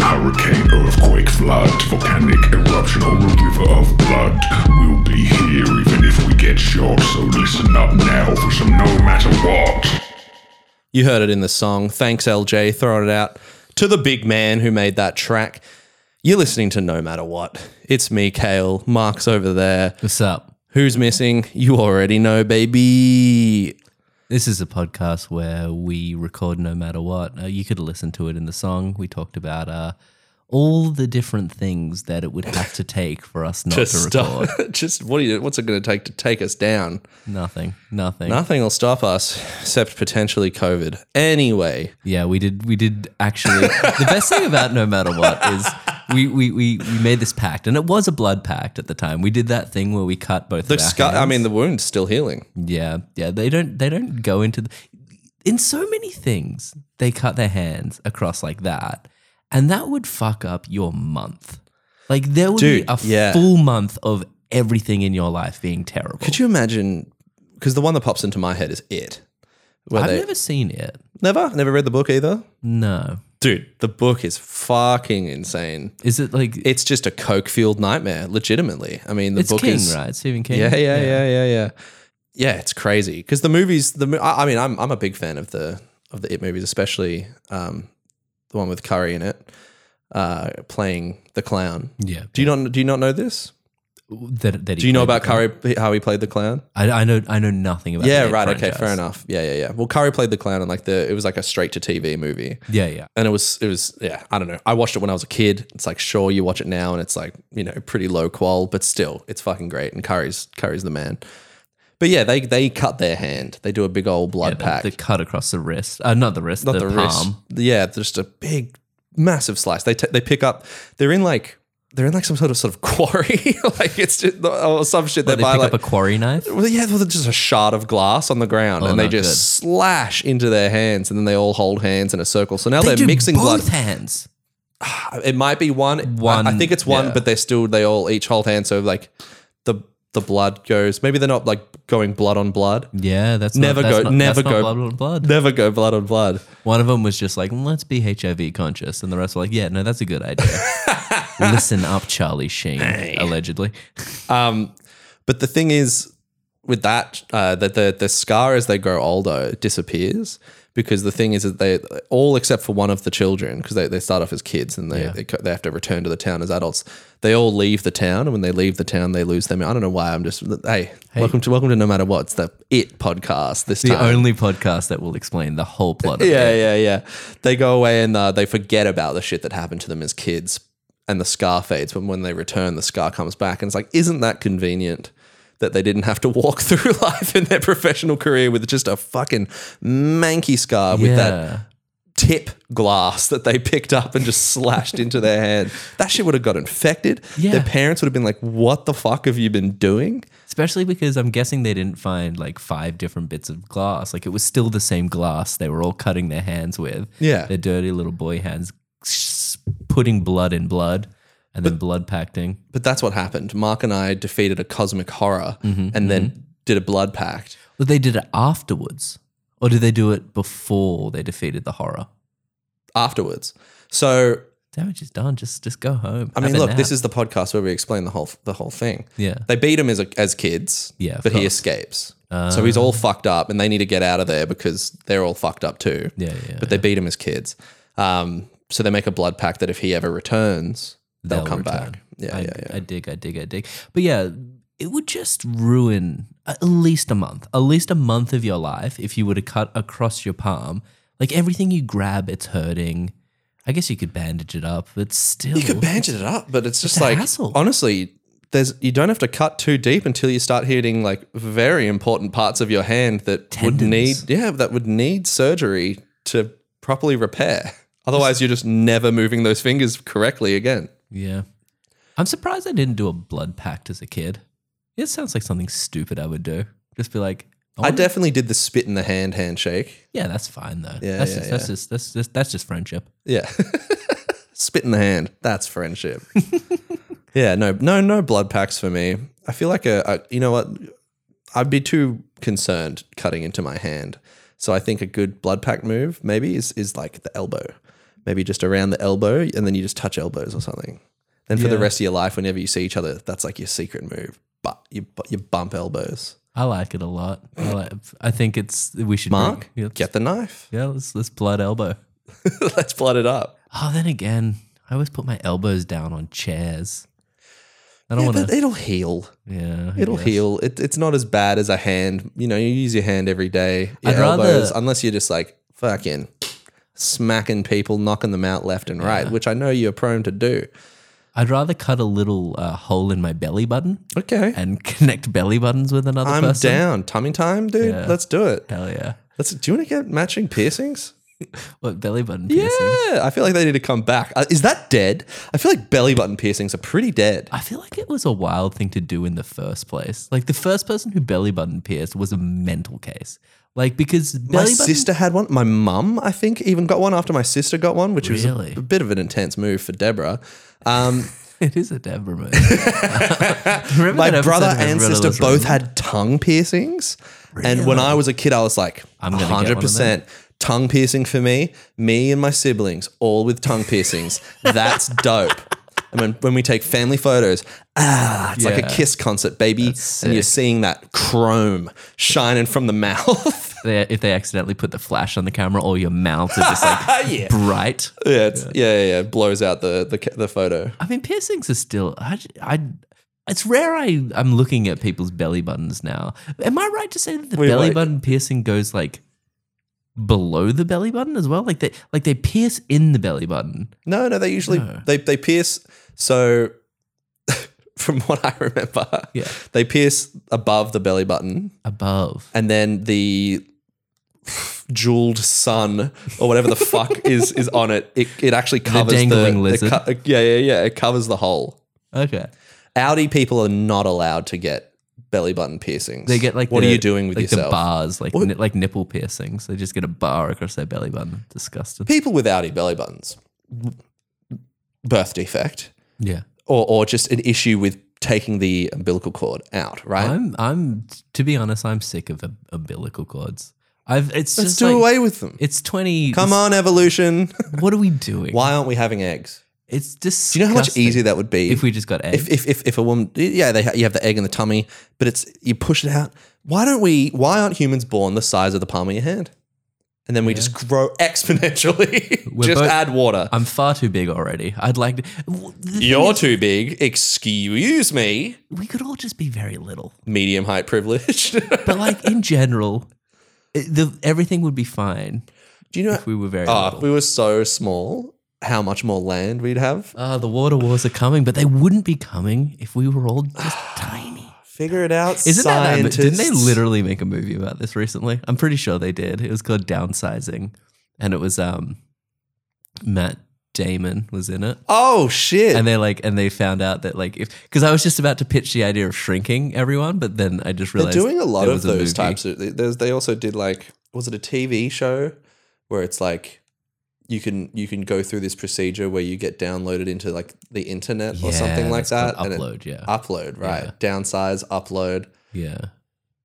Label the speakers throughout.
Speaker 1: hurricane, earthquake, flood, volcanic eruption, or a river of blood. We'll be here even if we get shot, so listen up now for some no matter what.
Speaker 2: You heard it in the song. Thanks, LJ, throwing it out to the big man who made that track. You're listening to No Matter What. It's me, Kale. Mark's over there.
Speaker 3: What's up?
Speaker 2: Who's missing? You already know, baby.
Speaker 3: This is a podcast where we record no matter what. Uh, you could listen to it in the song. We talked about uh, all the different things that it would have to take for us not to, record.
Speaker 2: Just what? Are you, what's it going to take to take us down?
Speaker 3: Nothing. Nothing.
Speaker 2: Nothing will stop us except potentially COVID. Anyway,
Speaker 3: Yeah, we did. We did actually. the best thing about no matter what is we, we we we made this pact, and it was a blood pact at the time. We did that thing where we cut both.
Speaker 2: the
Speaker 3: of our
Speaker 2: scar. I
Speaker 3: hands.
Speaker 2: mean, the wound's still healing.
Speaker 3: yeah, yeah. They don't. They don't go into. The, in so many things, they cut their hands across like that, and that would fuck up your month. Like there would
Speaker 2: Dude,
Speaker 3: be a
Speaker 2: yeah.
Speaker 3: full month of everything in your life being terrible.
Speaker 2: Could you imagine? Because the one that pops into my head is it. Where
Speaker 3: I've
Speaker 2: they
Speaker 3: never seen it.
Speaker 2: never, never read the book either.
Speaker 3: No.
Speaker 2: Dude, the book is fucking insane.
Speaker 3: Is it like
Speaker 2: It's just a coke filled nightmare, legitimately. I mean, the
Speaker 3: it's
Speaker 2: book
Speaker 3: King,
Speaker 2: is
Speaker 3: right? Stephen King.
Speaker 2: yeah, yeah, yeah, yeah, yeah. Yeah, it's crazy because the movies. The mo- I I mean, I'm I'm a big fan of the of the It movies, especially um, the one with Curry in it, uh, playing the clown.
Speaker 3: Yeah.
Speaker 2: Do you not do you not know this?
Speaker 3: That, that he
Speaker 2: Do you know
Speaker 3: played
Speaker 2: about
Speaker 3: the clown.
Speaker 2: Curry how he played the clown?
Speaker 3: I, I know I know nothing about.
Speaker 2: Yeah,
Speaker 3: the It
Speaker 2: right. Okay,
Speaker 3: franchise.
Speaker 2: fair enough. Yeah, yeah, yeah. Well, Curry played the clown, and like the it was like a straight to TV movie,
Speaker 3: Yeah, yeah.
Speaker 2: and it was it was yeah. I don't know. I watched it when I was a kid. It's like sure you watch it now, and it's like you know pretty low qual, but still it's fucking great. And Curry's Curry's the man. But yeah, they they cut their hand. They do a big old blood pack,
Speaker 3: The cut across the wrist, uh, not the wrist,
Speaker 2: not the,
Speaker 3: the, palm.
Speaker 2: wrist. Yeah, just a big massive slice. They t- they pick up. They're in like. They're in like some sort of sort of quarry, like it's just or some shit.
Speaker 3: They
Speaker 2: they buy
Speaker 3: pick
Speaker 2: like
Speaker 3: up a quarry knife.
Speaker 2: well, yeah, well, just a shard of glass on the ground, and they
Speaker 3: not
Speaker 2: just
Speaker 3: Oh, good.
Speaker 2: slash into their hands, and then they all hold hands in a circle. So now
Speaker 3: They
Speaker 2: are
Speaker 3: do
Speaker 2: mixing
Speaker 3: both
Speaker 2: blood.
Speaker 3: hands.
Speaker 2: It might be one.
Speaker 3: One,
Speaker 2: I, I think it's one,
Speaker 3: yeah.
Speaker 2: but they're still they all each hold hands. So like the the blood goes. Maybe they're not like going blood on blood.
Speaker 3: Yeah, that's
Speaker 2: Never
Speaker 3: not, that's
Speaker 2: go-
Speaker 3: Not,
Speaker 2: never
Speaker 3: that's
Speaker 2: go-
Speaker 3: Not blood, on blood.
Speaker 2: Never go blood on blood.
Speaker 3: One of them was just like, let's be HIV conscious, and the rest were like, yeah, no, that's a good idea. Listen up, Charlie Sheen, allegedly.
Speaker 2: Um, but the thing is, with that, uh, that the the scar as they grow older disappears because the thing is that they all except for one of the children because they, they start off as kids and they, they co- they have to return to the town as adults. They all leave the town, and when they leave the town, they lose them. I don't know why. I'm just hey, welcome to welcome to no matter what. It's the it podcast this
Speaker 3: The
Speaker 2: time.
Speaker 3: only podcast that will explain the whole plot. Of it.
Speaker 2: yeah, yeah, yeah. They go away and uh, they forget about the shit that happened to them as kids, and the scar fades. But when they return, the scar comes back, and it's like, isn't that convenient that they didn't have to walk through life in their professional career with just a fucking manky scar with that
Speaker 3: Yeah.
Speaker 2: tip glass that they picked up and just slashed into their hand? That shit would have got infected.
Speaker 3: Yeah.
Speaker 2: Their parents would have been like, "What the fuck have you been doing?"
Speaker 3: Especially because I'm guessing they didn't find like five different bits of glass. Like it was still the same glass they were all cutting their hands with.
Speaker 2: Yeah.
Speaker 3: Their dirty little boy hands s- putting blood in blood and then blood pacting.
Speaker 2: But that's what happened. Mark and I defeated a cosmic horror,
Speaker 3: Mm-hmm,
Speaker 2: and then did a blood pact.
Speaker 3: But they did it afterwards. Or did they do it before they defeated the horror?
Speaker 2: afterwards. So
Speaker 3: Damage is done. Just just go home.
Speaker 2: I mean, look, this is the podcast where we explain the whole the whole thing.
Speaker 3: Yeah.
Speaker 2: they beat him as a, as kids.
Speaker 3: Yeah, of
Speaker 2: but he
Speaker 3: course. Ah.
Speaker 2: escapes. so he's all fucked up, and they need to get out of there because they're all fucked up too.
Speaker 3: Yeah, yeah,
Speaker 2: But they beat him as kids. Um, so they make a blood pact that if he ever returns, they'll,
Speaker 3: They'll
Speaker 2: come
Speaker 3: return.
Speaker 2: back. Yeah,
Speaker 3: I,
Speaker 2: yeah, yeah.
Speaker 3: I dig, I dig, I dig. But yeah, it would just ruin at least a month, at least a month of your life if you were to cut across your palm. Like everything you grab, it's hurting. I guess you could bandage it up, but still.
Speaker 2: You could bandage it up, but it's just
Speaker 3: a
Speaker 2: like
Speaker 3: hassle.
Speaker 2: honestly, there's you don't have to cut too deep until you start hitting like very important parts of your hand that would need
Speaker 3: Tendons.
Speaker 2: yeah that would need surgery to properly repair. Otherwise, you're just never moving those fingers correctly again.
Speaker 3: Yeah. I'm surprised I didn't do a blood pact as a kid. It sounds like something stupid I would do. Just be like, I
Speaker 2: I
Speaker 3: wanna-
Speaker 2: definitely did the spit in the hand handshake.
Speaker 3: yeah, that's fine though.
Speaker 2: Yeah,
Speaker 3: that's,
Speaker 2: yeah,
Speaker 3: just, that's just that's just that's just friendship.
Speaker 2: Yeah, spit in the hand. That's friendship. yeah, no, no, no blood packs for me. I feel like a, a you know what I'd be too concerned cutting into my hand. So I think a good blood pack move maybe is is like the elbow. maybe just around the elbow, and then you just touch elbows or something. Then for the
Speaker 3: Yeah.
Speaker 2: rest of your life, whenever you see each other, that's like your secret move. But you bu- you bump elbows.
Speaker 3: I like it a lot. I, like, I think it's we should
Speaker 2: Mark,
Speaker 3: bring- yeah, let's-
Speaker 2: get the knife.
Speaker 3: yeah, let's let's blood elbow.
Speaker 2: Let's blood it up.
Speaker 3: Oh, then again, I always put my elbows down on chairs. I don't
Speaker 2: Yeah,
Speaker 3: want
Speaker 2: but
Speaker 3: to.
Speaker 2: it'll heal.
Speaker 3: Yeah, I
Speaker 2: It'll
Speaker 3: guess.
Speaker 2: heal. It, it's not as bad as a hand. You know, you use your hand every day. Your
Speaker 3: I'd rather-
Speaker 2: elbows, unless you're just like fucking smacking people, knocking them out left and right, which I know you're prone to do.
Speaker 3: I'd rather cut a little uh, hole in my belly button
Speaker 2: Okay.
Speaker 3: and connect belly buttons with another
Speaker 2: I'm
Speaker 3: person.
Speaker 2: down. Tummy time, dude.
Speaker 3: Yeah.
Speaker 2: Let's do it.
Speaker 3: Hell yeah!
Speaker 2: Let's. Do you want to get matching piercings?
Speaker 3: What belly button? piercing?
Speaker 2: Yeah, I feel like they need to come back. Uh, is that dead? I feel like belly button piercings are pretty dead.
Speaker 3: I feel like it was a wild thing to do in the first place. Like the first person who belly button pierced was a mental case. Like because
Speaker 2: My
Speaker 3: belly button,
Speaker 2: sister had one. My mum, I think, even got one after my sister got one, which
Speaker 3: Really?
Speaker 2: was a, a bit of an intense move for Deborah. Um,
Speaker 3: it is a Deborah move. Remember that
Speaker 2: my
Speaker 3: episode
Speaker 2: brother
Speaker 3: of
Speaker 2: and
Speaker 3: Everybody
Speaker 2: sister
Speaker 3: Loves
Speaker 2: both
Speaker 3: Raymond?
Speaker 2: had tongue piercings. And when I was a kid, I was like,
Speaker 3: I'm gonna get one of them.
Speaker 2: 100% tongue piercing for me, me and my siblings, all with tongue piercings. That's dope. And when, when we take family photos, ah, it's like a
Speaker 3: Yeah.
Speaker 2: kiss concert, baby. And you're seeing that chrome shining from the mouth.
Speaker 3: They- if they accidentally put the flash on the camera, all your mouths are just like
Speaker 2: yeah.
Speaker 3: bright.
Speaker 2: Yeah, it's, yeah, yeah, yeah. It blows out the, the, ca- the photo.
Speaker 3: I mean, piercings are still. I, j- I- it's rare I, I'm looking at people's belly buttons now. Am I right to say that the
Speaker 2: Wait,
Speaker 3: belly
Speaker 2: wait.
Speaker 3: button piercing goes like below the belly button as well? Like they like they pierce in the belly button.
Speaker 2: No, no, they usually they they pierce. So, from what I remember,
Speaker 3: Yeah.
Speaker 2: they pierce above the belly button,
Speaker 3: above.
Speaker 2: and then the jeweled sun or whatever the fuck is is on it. It it actually covers the,
Speaker 3: dangling
Speaker 2: it
Speaker 3: lizard.
Speaker 2: co- yeah, yeah, yeah. It covers the hole.
Speaker 3: Okay.
Speaker 2: Audi people are not allowed to get belly button piercings.
Speaker 3: They get like
Speaker 2: what
Speaker 3: the,
Speaker 2: are you doing with
Speaker 3: like
Speaker 2: yourself?
Speaker 3: The bars, like ni- like nipple piercings. They just get a bar across their belly button. Disgusting.
Speaker 2: People with Audi belly buttons, birth defect,
Speaker 3: Yeah.
Speaker 2: or or just an issue with taking the umbilical cord out. Right.
Speaker 3: I'm I'm to be honest, I'm sick of ab- umbilical cords. I've it's
Speaker 2: Let's
Speaker 3: just
Speaker 2: do
Speaker 3: like,
Speaker 2: away with them.
Speaker 3: It's twenty.
Speaker 2: Come on, evolution.
Speaker 3: What are we doing?
Speaker 2: Why aren't we having eggs?
Speaker 3: It's
Speaker 2: Do
Speaker 3: disgusting.
Speaker 2: you know how much easier that would be
Speaker 3: if we just got eggs?
Speaker 2: if, if, if, if a woman, yeah, they ha- you have the egg in the tummy, but it's you push it out. Why don't we? Why aren't humans born the size of the palm of your hand? And then we just grow exponentially.
Speaker 3: We're
Speaker 2: just
Speaker 3: both-
Speaker 2: add water.
Speaker 3: I'm far too big already. I'd like to. w- the thing
Speaker 2: You're
Speaker 3: is,
Speaker 2: too big. Excuse me.
Speaker 3: we could all just be very little.
Speaker 2: Medium height privilege.
Speaker 3: But like in general, it, the everything would be fine
Speaker 2: Do you know?
Speaker 3: if we were very
Speaker 2: oh,
Speaker 3: little.
Speaker 2: if we were so small, how much more land we'd have?
Speaker 3: Ah, the water wars are coming, but they wouldn't be coming if we were all just tiny.
Speaker 2: Figure it out.
Speaker 3: Isn't that that? Didn't they
Speaker 2: scientists.
Speaker 3: literally make a movie about this recently? I'm pretty sure they did. It was called Downsizing, and it was um, Matt Damon was in it.
Speaker 2: Oh shit!
Speaker 3: And they like, and they found out that like, if because I was just about to pitch the idea of shrinking everyone, but then I just
Speaker 2: They're
Speaker 3: realized
Speaker 2: doing a lot
Speaker 3: there
Speaker 2: of
Speaker 3: was a
Speaker 2: those
Speaker 3: movie.
Speaker 2: types of. There's, they also did like was it a TV show where it's like you can you can go through this procedure where you get downloaded into like the internet or something
Speaker 3: Yeah,
Speaker 2: like
Speaker 3: that's
Speaker 2: that.
Speaker 3: called
Speaker 2: and it-
Speaker 3: Upload, yeah,
Speaker 2: upload, right? Downsize, upload.
Speaker 3: yeah,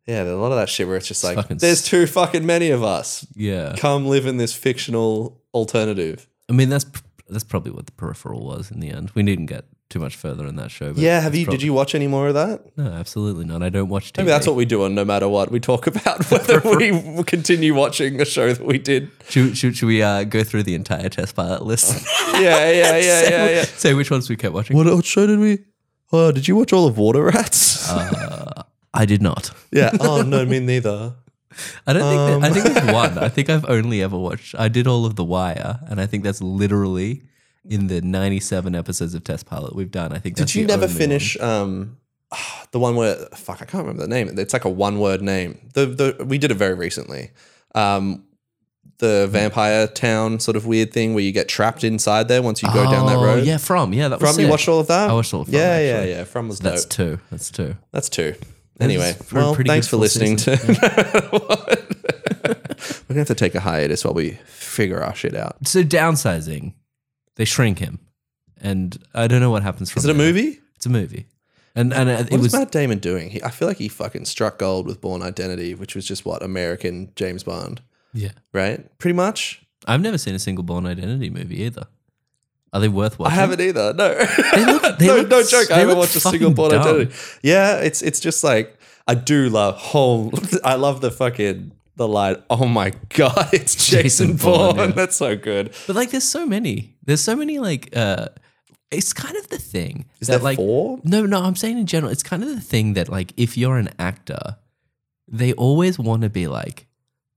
Speaker 2: Yeah, there's a lot of that shit where it's just like
Speaker 3: fucking
Speaker 2: there's
Speaker 3: s-
Speaker 2: too fucking many of us.
Speaker 3: yeah.
Speaker 2: Come live in this fictional alternative.
Speaker 3: I mean, that's pr- that's probably what the peripheral was in the end. We didn't get too much further in that show. But
Speaker 2: Yeah, have
Speaker 3: it's
Speaker 2: you?
Speaker 3: probably-
Speaker 2: Did you watch any more of that?
Speaker 3: No, absolutely not. I don't watch TV.
Speaker 2: Maybe that's what we do on No Matter What. We talk about whether we continue watching a show that we did.
Speaker 3: Should, should, should we uh, go through the entire test pilot list?
Speaker 2: Yeah, yeah, yeah, yeah, yeah.
Speaker 3: Say which ones we kept watching.
Speaker 2: What, what show did we? Oh, did you watch all of Water Rats?
Speaker 3: Uh, I did not.
Speaker 2: yeah. Oh no, me neither.
Speaker 3: I don't think. That, I think
Speaker 2: Um.
Speaker 3: there's one. I think I've only ever watched. I did all of The Wire, and I think that's literally in the 97 episodes of Test Pilot we've done. I think.
Speaker 2: Did
Speaker 3: that's
Speaker 2: you
Speaker 3: the
Speaker 2: never
Speaker 3: only one.
Speaker 2: finish um the one where fuck I can't remember the name. It's like a one word name. The the we did it very recently. Um, the vampire town sort of weird thing where you get trapped inside there once you go down that
Speaker 3: Oh,
Speaker 2: road.
Speaker 3: Yeah, from yeah. That was
Speaker 2: From you
Speaker 3: sick.
Speaker 2: watched all of that?
Speaker 3: I watched all of From,
Speaker 2: Yeah,
Speaker 3: actually.
Speaker 2: yeah, yeah. From was
Speaker 3: That's
Speaker 2: dope.
Speaker 3: two. That's two.
Speaker 2: That's two. Anyway,
Speaker 3: for a
Speaker 2: well,
Speaker 3: pretty
Speaker 2: thanks
Speaker 3: good
Speaker 2: for
Speaker 3: full
Speaker 2: listening
Speaker 3: season,
Speaker 2: to. We're gonna have to take a hiatus while we figure our shit out.
Speaker 3: So downsizing, they shrink him, and I don't know what happens. From
Speaker 2: Is it a
Speaker 3: there.
Speaker 2: movie?
Speaker 3: It's a movie, and and uh, it
Speaker 2: What was
Speaker 3: was
Speaker 2: Matt Damon doing? He, I feel like he fucking struck gold with Born Identity, which was just what American James Bond,
Speaker 3: yeah.
Speaker 2: right? Pretty much.
Speaker 3: I've never seen a single Born Identity movie either. Are they worth
Speaker 2: I
Speaker 3: watching?
Speaker 2: haven't either. No,
Speaker 3: look- they
Speaker 2: no,
Speaker 3: look
Speaker 2: no
Speaker 3: s-
Speaker 2: joke. I
Speaker 3: they
Speaker 2: haven't
Speaker 3: look
Speaker 2: watched a single
Speaker 3: fucking
Speaker 2: Born
Speaker 3: dumb.
Speaker 2: Identity. Yeah, it's it's just like I do love whole. I love the fucking the line. Oh my god, it's Jason,
Speaker 3: Jason Bourne,
Speaker 2: Bourne.
Speaker 3: yeah.
Speaker 2: That's so good.
Speaker 3: But like, there's so many. There's so many like. uh It's kind of the thing.
Speaker 2: Is
Speaker 3: that,
Speaker 2: there
Speaker 3: like
Speaker 2: four?
Speaker 3: No, no. I'm saying in general, it's kind of the thing that like if you're an actor, they always want to be like,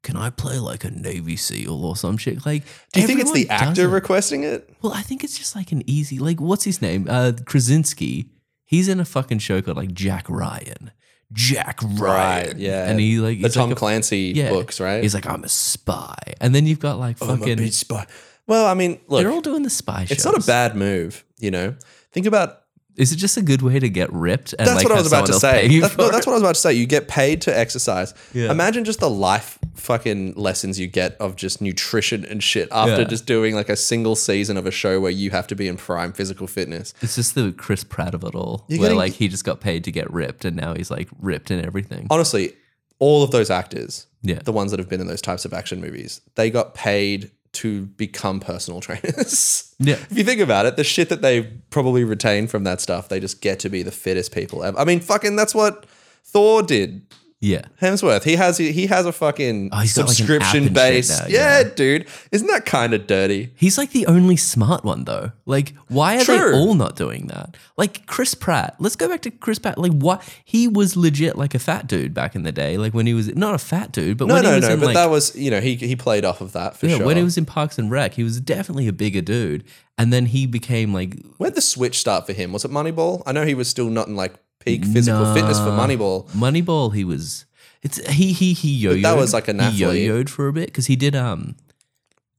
Speaker 3: "Can I play like a Navy SEAL or some shit?" Like,
Speaker 2: Do you think it's the
Speaker 3: everyone does
Speaker 2: actor
Speaker 3: it.
Speaker 2: requesting it?
Speaker 3: Well, I think it's just like an easy, like, what's his name? Uh, Krasinski. He's in a fucking show called like Jack Ryan. Jack Ryan.
Speaker 2: yeah.
Speaker 3: And he like,
Speaker 2: The
Speaker 3: he's
Speaker 2: Tom
Speaker 3: like a-
Speaker 2: Clancy
Speaker 3: yeah.
Speaker 2: books, right?
Speaker 3: He's like, I'm a spy. And then you've got like
Speaker 2: Oh, I'm a
Speaker 3: fucking,
Speaker 2: big spy. Well, I mean, look,
Speaker 3: they're all doing the spy shows.
Speaker 2: it's not a bad move. You know, think about
Speaker 3: Is it just a good way to get ripped? And
Speaker 2: That's
Speaker 3: like,
Speaker 2: what I
Speaker 3: have
Speaker 2: was about to
Speaker 3: someone else pay
Speaker 2: say.
Speaker 3: you
Speaker 2: That's, no,
Speaker 3: for
Speaker 2: that's
Speaker 3: it?
Speaker 2: what I was about to say. You get paid to exercise.
Speaker 3: Yeah.
Speaker 2: Imagine just the life fucking lessons you get of just nutrition and shit after
Speaker 3: Yeah.
Speaker 2: just doing like a single season of a show where you have to be in prime physical fitness.
Speaker 3: It's just the Chris Pratt of it all,
Speaker 2: You're
Speaker 3: where
Speaker 2: getting-
Speaker 3: like he just got paid to get ripped, and now he's like ripped and everything.
Speaker 2: Honestly, all of those actors,
Speaker 3: Yeah.
Speaker 2: the ones that have been in those types of action movies, they got paid to become personal trainers.
Speaker 3: Yeah.
Speaker 2: If you think about it, the shit that they probably retain from that stuff, they just get to be the fittest people ever. I mean, fucking, that's what Thor did.
Speaker 3: Yeah,
Speaker 2: Hemsworth. He has he has a fucking
Speaker 3: Oh, he's got, like, an app and
Speaker 2: subscription
Speaker 3: shit
Speaker 2: base.
Speaker 3: now,
Speaker 2: yeah.
Speaker 3: yeah.
Speaker 2: dude. Isn't that kind of dirty?
Speaker 3: he's like the only smart one though. Like, why are
Speaker 2: True.
Speaker 3: they all not doing that? Like Chris Pratt. Let's go back to Chris Pratt. Like, what he was legit like a fat dude back in the day. Like when he was not a fat dude, but
Speaker 2: No,
Speaker 3: when he
Speaker 2: no,
Speaker 3: was
Speaker 2: no.
Speaker 3: in
Speaker 2: But
Speaker 3: like
Speaker 2: that was you know he he played off of that for
Speaker 3: yeah,
Speaker 2: sure.
Speaker 3: when he was in Parks and Rec, he was definitely a bigger dude, and then he became like
Speaker 2: Where'd the switch start for him? Was it Moneyball? I know he was still not in like peak physical fitness for
Speaker 3: Nah.
Speaker 2: Moneyball.
Speaker 3: Moneyball, he was. It's he he he yo-yoed.
Speaker 2: that was like an
Speaker 3: He
Speaker 2: athlete.
Speaker 3: yo-yoed for a bit because he did um,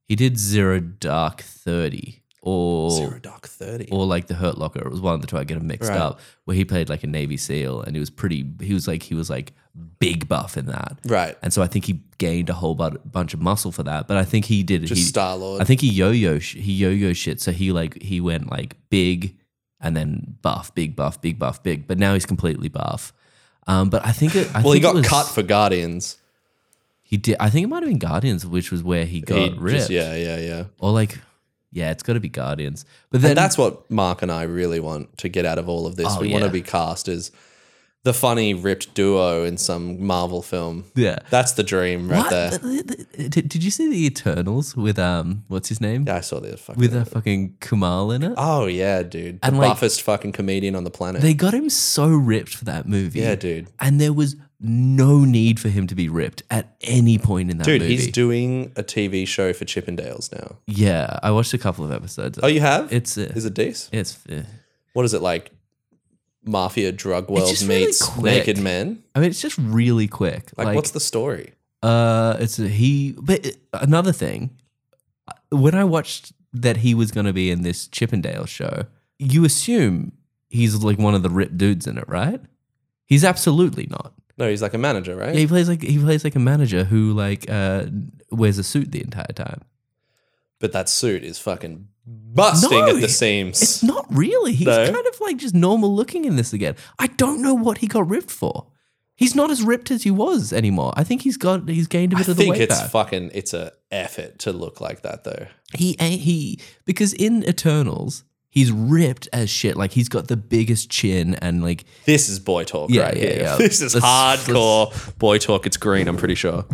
Speaker 3: he did Zero Dark Thirty or
Speaker 2: Zero Dark Thirty.
Speaker 3: or like the Hurt Locker. It was one of the two I get them mixed
Speaker 2: Right.
Speaker 3: up where he played like a Navy SEAL and he was pretty. He was like he was like big buff in that.
Speaker 2: Right.
Speaker 3: And so I think he gained a whole bu- bunch of muscle for that, but I think he did.
Speaker 2: Just
Speaker 3: he,
Speaker 2: Star Lord.
Speaker 3: I think he yo-yo sh- he yo-yo shit. So he like he went like big and then buff, big buff, big buff, big. But now he's completely buff. Um, but I think it. I
Speaker 2: well, he
Speaker 3: think it
Speaker 2: got
Speaker 3: was-
Speaker 2: cut for Guardians.
Speaker 3: He did. I think it might have been Guardians, which was where he got
Speaker 2: He
Speaker 3: ripped.
Speaker 2: just- yeah, yeah, yeah.
Speaker 3: Or like, yeah, it's got to be Guardians. But then
Speaker 2: And that's what Mark and I really want to get out of all of this.
Speaker 3: Oh,
Speaker 2: we want to
Speaker 3: yeah.
Speaker 2: be cast as the funny ripped duo in some Marvel film.
Speaker 3: yeah.
Speaker 2: That's the dream right
Speaker 3: What?
Speaker 2: there.
Speaker 3: Did, did you see the Eternals with um, what's his name?
Speaker 2: Yeah, I saw the fucking.
Speaker 3: With a fucking Kamal in it.
Speaker 2: oh yeah, dude, the
Speaker 3: And, like-
Speaker 2: buffest fucking comedian on the planet.
Speaker 3: They got him so ripped for that movie.
Speaker 2: yeah, dude,
Speaker 3: And there was no need for him to be ripped at any point in that
Speaker 2: dude,
Speaker 3: movie.
Speaker 2: he's doing a TV show for Chippendales now.
Speaker 3: yeah, I watched a couple of episodes.
Speaker 2: Oh, you have?
Speaker 3: it's uh,
Speaker 2: Is it Dees?
Speaker 3: it's. Uh,
Speaker 2: What is it like? Mafia drug world
Speaker 3: just really
Speaker 2: meets
Speaker 3: quick.
Speaker 2: naked men.
Speaker 3: I mean, it's just really quick.
Speaker 2: Like, what's the story?
Speaker 3: Uh, it's a, he. But it- another thing, uh, when I watched that he was going to be in this Chippendale show, you assume he's like one of the ripped dudes in it, right? He's absolutely not.
Speaker 2: No, he's like a manager, right?
Speaker 3: Yeah, he plays like he plays like a manager who like uh wears a suit the entire time.
Speaker 2: But that suit is fucking busting
Speaker 3: No,
Speaker 2: at the
Speaker 3: it-
Speaker 2: seams.
Speaker 3: It's not really. He's
Speaker 2: No.
Speaker 3: kind of like just normal looking in this again. I don't know what he got ripped for. He's not as ripped as he was anymore. I think he's got he's gained a
Speaker 2: I
Speaker 3: bit of the
Speaker 2: think
Speaker 3: weight
Speaker 2: it's
Speaker 3: back.
Speaker 2: fucking. It's a effort to look like that, though.
Speaker 3: he ain't he because in Eternals he's ripped as shit. Like he's got the biggest chin and like
Speaker 2: This is boy talk,
Speaker 3: Yeah,
Speaker 2: right
Speaker 3: yeah,
Speaker 2: here.
Speaker 3: yeah.
Speaker 2: This is
Speaker 3: Let's- let's-
Speaker 2: hardcore boy talk. It's green. I'm pretty sure.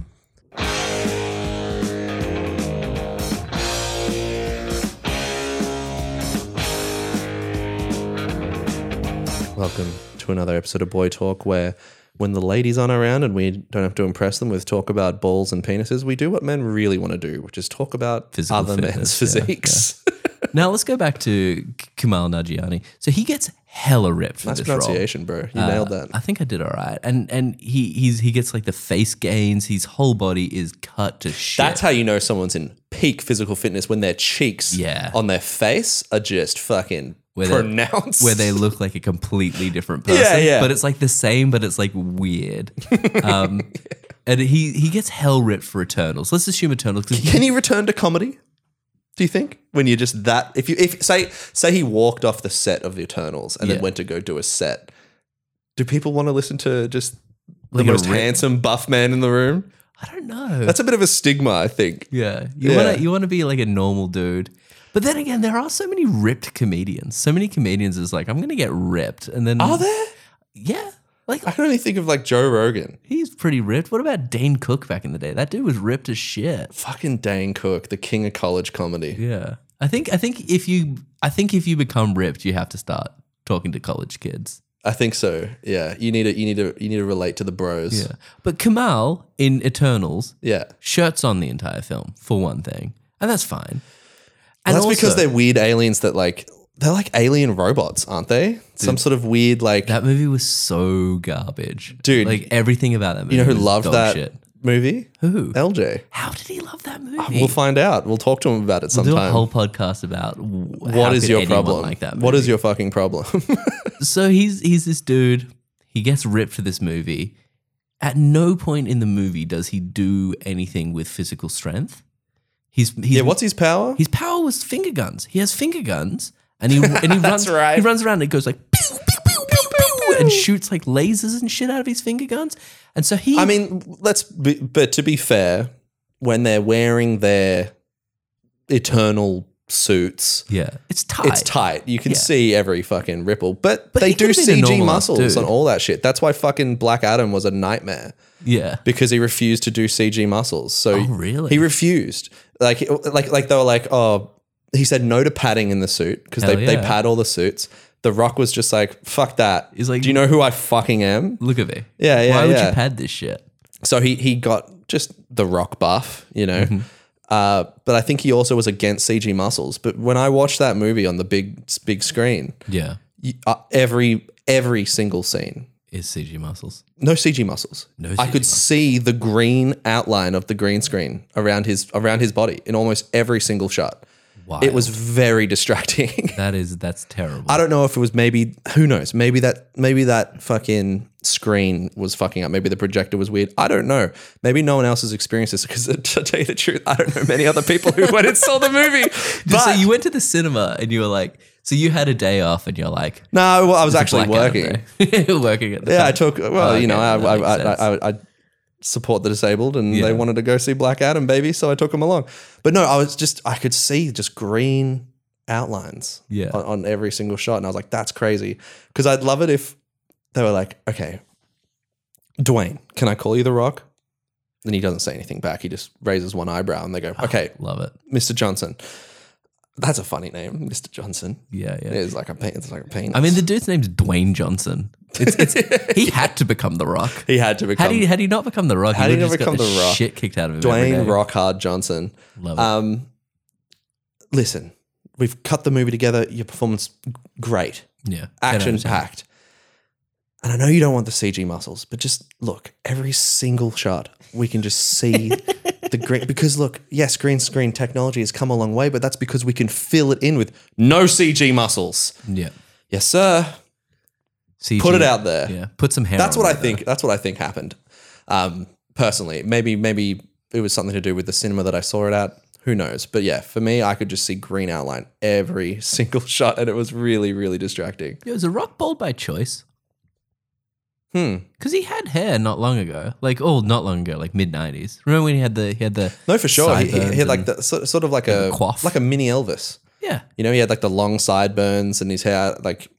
Speaker 2: Welcome to another episode of Boy Talk, where when the ladies aren't around and we don't have to impress them with talk about balls and penises, we do what men really want to do, which is talk about
Speaker 3: Physical
Speaker 2: other men's
Speaker 3: fitness, yeah,
Speaker 2: physiques.
Speaker 3: now let's go back to K- Kamal Nagiani. So he gets hella ripped for
Speaker 2: That's
Speaker 3: this role.
Speaker 2: pronunciation, bro. You nailed that.
Speaker 3: I think I did all right. And and he he's he gets like the face gains. His whole body is cut to shit.
Speaker 2: That's how you know someone's in peak physical fitness when their cheeks
Speaker 3: Yeah.
Speaker 2: on their face are just fucking
Speaker 3: Where they-
Speaker 2: pronounced.
Speaker 3: where they look like a completely different person.
Speaker 2: Yeah, yeah.
Speaker 3: But it's like the same, but it's like weird. Um, And he he gets hell ripped for Eternals. Let's assume Eternals. 'cause
Speaker 2: Can he return to comedy? Do you think when you're just that? If you if say say he walked off the set of the Eternals and
Speaker 3: Yeah.
Speaker 2: then went to go do a set, do people want to listen to just the
Speaker 3: Like a
Speaker 2: most
Speaker 3: rip-
Speaker 2: handsome buff man in the room?
Speaker 3: I don't know.
Speaker 2: That's a bit of a stigma, I think.
Speaker 3: yeah, you
Speaker 2: Yeah.
Speaker 3: want to you want to be like a normal dude. But then again, there are so many ripped comedians. So many comedians is like, I'm gonna get ripped, and then
Speaker 2: Are there?
Speaker 3: yeah, like
Speaker 2: I can only think of like Joe Rogan.
Speaker 3: he's pretty ripped. What about Dane Cook back in the day? That dude was ripped as shit.
Speaker 2: Fucking Dane Cook, the king of college comedy.
Speaker 3: Yeah. I think I think if you I think if you become ripped, you have to start talking to college kids.
Speaker 2: I think so. Yeah. You need to you need to you need to relate to the bros.
Speaker 3: But Kamal in Eternals,
Speaker 2: Yeah.
Speaker 3: shirts on the entire film, for one thing. And that's fine.
Speaker 2: And
Speaker 3: And
Speaker 2: that's because
Speaker 3: also-
Speaker 2: they're weird aliens that like they're like alien robots, aren't they? Some sort of weird like
Speaker 3: that movie was so garbage.
Speaker 2: Dude.
Speaker 3: Like everything about that movie.
Speaker 2: you know who
Speaker 3: was
Speaker 2: loved
Speaker 3: dog
Speaker 2: that
Speaker 3: shit.
Speaker 2: movie?
Speaker 3: Who?
Speaker 2: LJ.
Speaker 3: How did he love that movie?
Speaker 2: We'll find out. We'll talk to him about it
Speaker 3: We'll do a
Speaker 2: sometime.
Speaker 3: whole podcast about what
Speaker 2: what is your problem?
Speaker 3: like that
Speaker 2: what is your fucking problem?
Speaker 3: so he's he's this dude. He gets ripped for this movie. At no point in the movie does he do anything with physical strength. He's, he's
Speaker 2: yeah, what's his power?
Speaker 3: his power was finger guns. He has finger guns, and he and he runs
Speaker 2: right.
Speaker 3: he runs around. and It goes like pew, pew, pew, pew, pew, and shoots like lasers and shit out of his finger guns. And so he,
Speaker 2: I mean, let's be, but to be fair, when they're wearing their eternal suits,
Speaker 3: yeah, it's tight.
Speaker 2: it's tight. You can
Speaker 3: Yeah.
Speaker 2: see every fucking ripple, but,
Speaker 3: But
Speaker 2: they
Speaker 3: he
Speaker 2: do
Speaker 3: could've been a
Speaker 2: CG
Speaker 3: normal-ass
Speaker 2: muscles
Speaker 3: dude.
Speaker 2: and all that shit. That's why fucking Black Adam was a nightmare
Speaker 3: Yeah,
Speaker 2: because he refused to do CG muscles. So
Speaker 3: Oh, really?
Speaker 2: he refused. Like like like they were like, oh, he said no to padding in the suit because they,
Speaker 3: Hell
Speaker 2: they
Speaker 3: yeah.
Speaker 2: pad all the suits. The Rock was just like, fuck that.
Speaker 3: He's like-
Speaker 2: do you know who I fucking am?
Speaker 3: look at me.
Speaker 2: Yeah, yeah,
Speaker 3: Why would
Speaker 2: yeah.
Speaker 3: you pad this shit?
Speaker 2: so he he got just the rock buff, you know.
Speaker 3: Mm-hmm.
Speaker 2: Uh, but I think he also was against CG muscles. But when I watched that movie on the big big screen,
Speaker 3: Yeah,
Speaker 2: you, uh, every every single scene,
Speaker 3: is CG muscles.
Speaker 2: no CG muscles.
Speaker 3: No
Speaker 2: I
Speaker 3: CG
Speaker 2: could see the green outline of the green screen around his around his body in almost every single shot.
Speaker 3: Wow,
Speaker 2: It was very distracting.
Speaker 3: that is that's terrible.
Speaker 2: I don't know if it was maybe who knows maybe that maybe that fucking screen was fucking up maybe the projector was weird I don't know maybe no one else has experienced this because to tell you the truth I don't know many other people who went and saw the movie but
Speaker 3: so you went to the cinema and you were like, so you had a day off and you're like,
Speaker 2: no well, I was actually
Speaker 3: Black
Speaker 2: working
Speaker 3: Adam, bro. working at the
Speaker 2: yeah
Speaker 3: time.
Speaker 2: I took well
Speaker 3: Oh,
Speaker 2: you know
Speaker 3: okay,
Speaker 2: I
Speaker 3: that
Speaker 2: I,
Speaker 3: makes
Speaker 2: I, I, I support the disabled and they wanted to go see Black Adam baby so I took them along but no I was just I could see just green outlines
Speaker 3: Yeah.
Speaker 2: on, on every single shot and I was like that's crazy because I'd love it if they were like okay Dwayne, can I call you The Rock? And he doesn't say anything back. He just raises one eyebrow and they go, okay,
Speaker 3: Love it.
Speaker 2: Mr. Johnson. That's a funny name, Mr. Johnson.
Speaker 3: Yeah, yeah.
Speaker 2: It's like a pain. It's like a pain.
Speaker 3: I mean, the dude's name's Dwayne Johnson. It's, it's, he had to become The Rock.
Speaker 2: he had to become
Speaker 3: Had he, had he not become The Rock,
Speaker 2: Had he
Speaker 3: would've
Speaker 2: not
Speaker 3: just got
Speaker 2: become The Rock?
Speaker 3: shit kicked out of him. every
Speaker 2: Dwayne
Speaker 3: day.
Speaker 2: Rockhard Johnson.
Speaker 3: Love it.
Speaker 2: Um, listen, we've cut the movie together. Your performance, great,
Speaker 3: yeah.
Speaker 2: action
Speaker 3: 10.
Speaker 2: packed. And I know you don't want the CG muscles, but just look, every single shot, we can just see the green. Because look, yes, green screen technology has come a long way, but that's because we can fill it in with no CG muscles.
Speaker 3: Yeah.
Speaker 2: Yes, sir.
Speaker 3: CG.
Speaker 2: Put it out there.
Speaker 3: Yeah. Put some hair
Speaker 2: That's
Speaker 3: on
Speaker 2: what I
Speaker 3: it.
Speaker 2: think. That's what I think happened. Um, personally, maybe maybe it was something to do with the cinema that I saw it at. Who knows? But yeah, for me, I could just see green outline every single shot, and it was really, really distracting.
Speaker 3: Yeah, was The Rock bald by choice?
Speaker 2: Hmm.
Speaker 3: Because he had hair not long ago. Like, oh, not long ago, like mid 90s. Remember when he had the, he had the,
Speaker 2: No, for sure. He, he- he had
Speaker 3: Sideburns
Speaker 2: like
Speaker 3: and-
Speaker 2: the sort, sort of like a
Speaker 3: quaff.
Speaker 2: like a mini Elvis.
Speaker 3: yeah.
Speaker 2: You know, he had like the long sideburns and his hair like.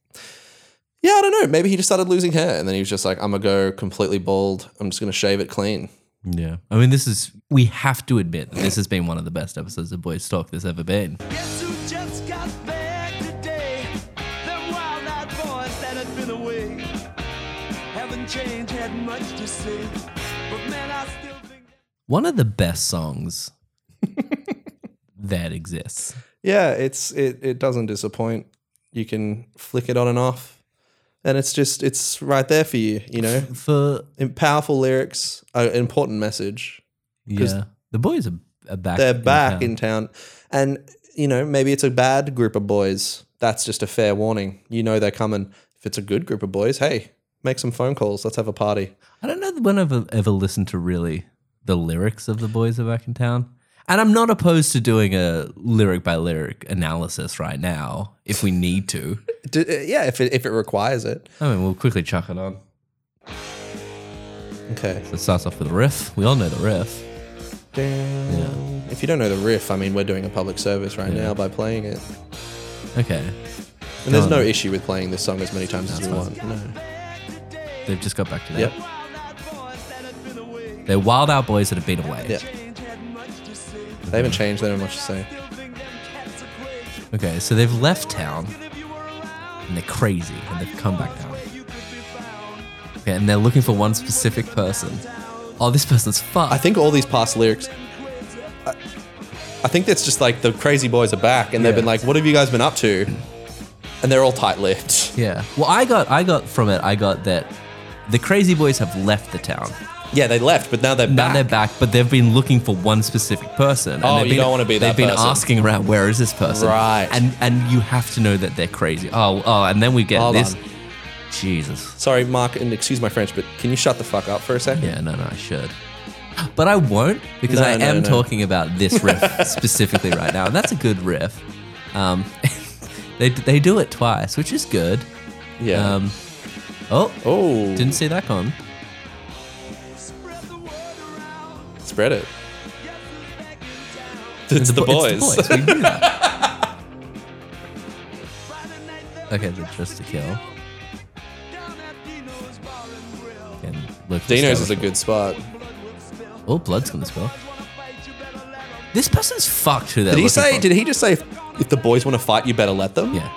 Speaker 2: Yeah, I don't know. Maybe he just started losing hair, and then he was just like, "I'm gonna go completely bald. I'm just gonna shave it clean."
Speaker 3: Yeah. I mean, this is, we have to admit that this has been one of the best episodes of Boys Talk there's ever been.
Speaker 4: Guess who just got back today? Them wild-eyed boys that had been away haven't changed, had much to say, but man, I still think.
Speaker 3: One of the best songs that exists.
Speaker 2: yeah, it's it it doesn't disappoint. You can flick it on and off, and it's just it's right there for you. You know,
Speaker 3: For,
Speaker 2: In powerful lyrics, an important message.
Speaker 3: yeah. The boys are, are back.
Speaker 2: They're back
Speaker 3: town.
Speaker 2: in town, and you know maybe it's a bad group of boys. That's just a fair warning. You know they're coming. If it's a good group of boys, hey, make some phone calls. Let's have a party.
Speaker 3: I don't know when I've ever listened to really the lyrics of The Boys Are Back in Town. And I'm not opposed to doing a lyric by lyric analysis right now if we need to.
Speaker 2: uh, D- yeah, if it, if it requires it.
Speaker 3: I mean, we'll quickly chuck it on.
Speaker 2: Okay.
Speaker 3: It starts off with a riff. We all know the riff.
Speaker 2: If you don't know the riff, I mean, we're doing a public service right
Speaker 3: Yeah.
Speaker 2: now by playing it.
Speaker 3: Okay.
Speaker 2: And there's no
Speaker 3: Done.
Speaker 2: issue with playing this song as many times as you want. No.
Speaker 3: They've just got back to that.
Speaker 2: Yep.
Speaker 3: They're wild out boys that have been away.
Speaker 2: Yeah. They haven't changed. They don't have much to say.
Speaker 3: Okay, so they've left town and they're crazy and they've come back down. Okay, and they're looking for one specific person. Oh, this person's fucked.
Speaker 2: I think all these past lyrics. I, I think that's just like the crazy boys are back, and they've
Speaker 3: Yeah.
Speaker 2: been like, "What have you guys been up to?" And they're all tight-lipped.
Speaker 3: Yeah. Well, I got I got from it. I got that the crazy boys have left the town.
Speaker 2: Yeah, they left, but now they're
Speaker 3: Now
Speaker 2: back.
Speaker 3: they're back, but they've been looking for one specific person. And
Speaker 2: Oh,
Speaker 3: they've
Speaker 2: you don't wanna be that
Speaker 3: They've been
Speaker 2: person.
Speaker 3: asking around, where is this person?
Speaker 2: Right.
Speaker 3: And and you have to know that they're crazy. Oh, oh, and then we get
Speaker 2: Hold
Speaker 3: this.
Speaker 2: on.
Speaker 3: Jesus.
Speaker 2: Sorry, Mark, and excuse my French, but can you shut the fuck up for a second?
Speaker 3: Yeah, no, no, I should. But I won't because
Speaker 2: No,
Speaker 3: I
Speaker 2: no,
Speaker 3: am
Speaker 2: no.
Speaker 3: talking about this riff specifically right now, and that's a good riff. Um, they they do it twice, which is good.
Speaker 2: Yeah.
Speaker 3: Um, oh,
Speaker 2: oh,
Speaker 3: didn't see that coming.
Speaker 2: spread it. It's the,
Speaker 3: bo-
Speaker 2: boys.
Speaker 3: It's the boys. We knew that. okay, the just to kill. And look,
Speaker 2: Dino's is a
Speaker 3: establish-
Speaker 2: good spot.
Speaker 3: Oh, blood's gonna spill. This person's fucked. Who they're
Speaker 2: Did he
Speaker 3: looking
Speaker 2: say?
Speaker 3: for.
Speaker 2: Did he just say, if, if the boys want to fight, you better let them?
Speaker 3: Yeah.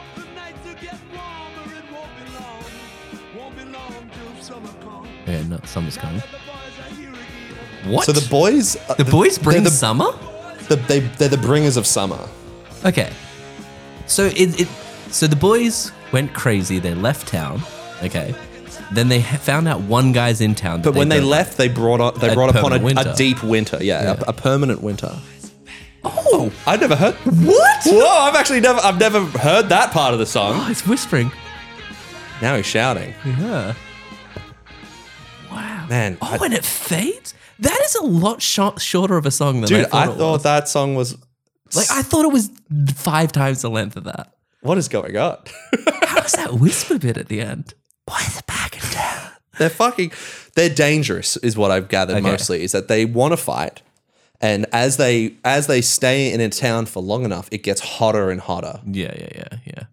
Speaker 3: Okay, no, summer's coming. What?
Speaker 2: So the boys, uh,
Speaker 3: The boys
Speaker 2: they're
Speaker 3: bring
Speaker 2: the,
Speaker 3: summer.
Speaker 2: the- they, they're the bringers of summer.
Speaker 3: Okay. So it, it so the boys went crazy. They left town. Okay. Then they ha- found out one guy's in town. that
Speaker 2: But when they
Speaker 3: don't know.
Speaker 2: left, they brought on, they
Speaker 3: A
Speaker 2: brought upon a,
Speaker 3: permanent
Speaker 2: a
Speaker 3: winter.
Speaker 2: deep winter. Yeah,
Speaker 3: Yeah.
Speaker 2: A, a permanent winter. Oh, I've never heard. What? Whoa! I've actually never I've never heard that part of the
Speaker 3: oh,
Speaker 2: song.
Speaker 3: it's whispering.
Speaker 2: Now he's shouting.
Speaker 3: Yeah. Wow.
Speaker 2: Man,
Speaker 3: Oh,
Speaker 2: I-
Speaker 3: and it fades. That is a lot short, shorter of a song than
Speaker 2: Dude,
Speaker 3: I thought.
Speaker 2: I
Speaker 3: it
Speaker 2: thought
Speaker 3: was.
Speaker 2: that song was.
Speaker 3: Like I thought it was five times the length of that.
Speaker 2: What is going on?
Speaker 3: How is that whisper bit at the end? Why is it back in town?
Speaker 2: they're fucking. They're dangerous, is what I've gathered
Speaker 3: Okay.
Speaker 2: mostly. Is that they want to fight, and as they as they stay in a town for long enough, it gets hotter and hotter.
Speaker 3: Yeah, yeah, yeah, yeah.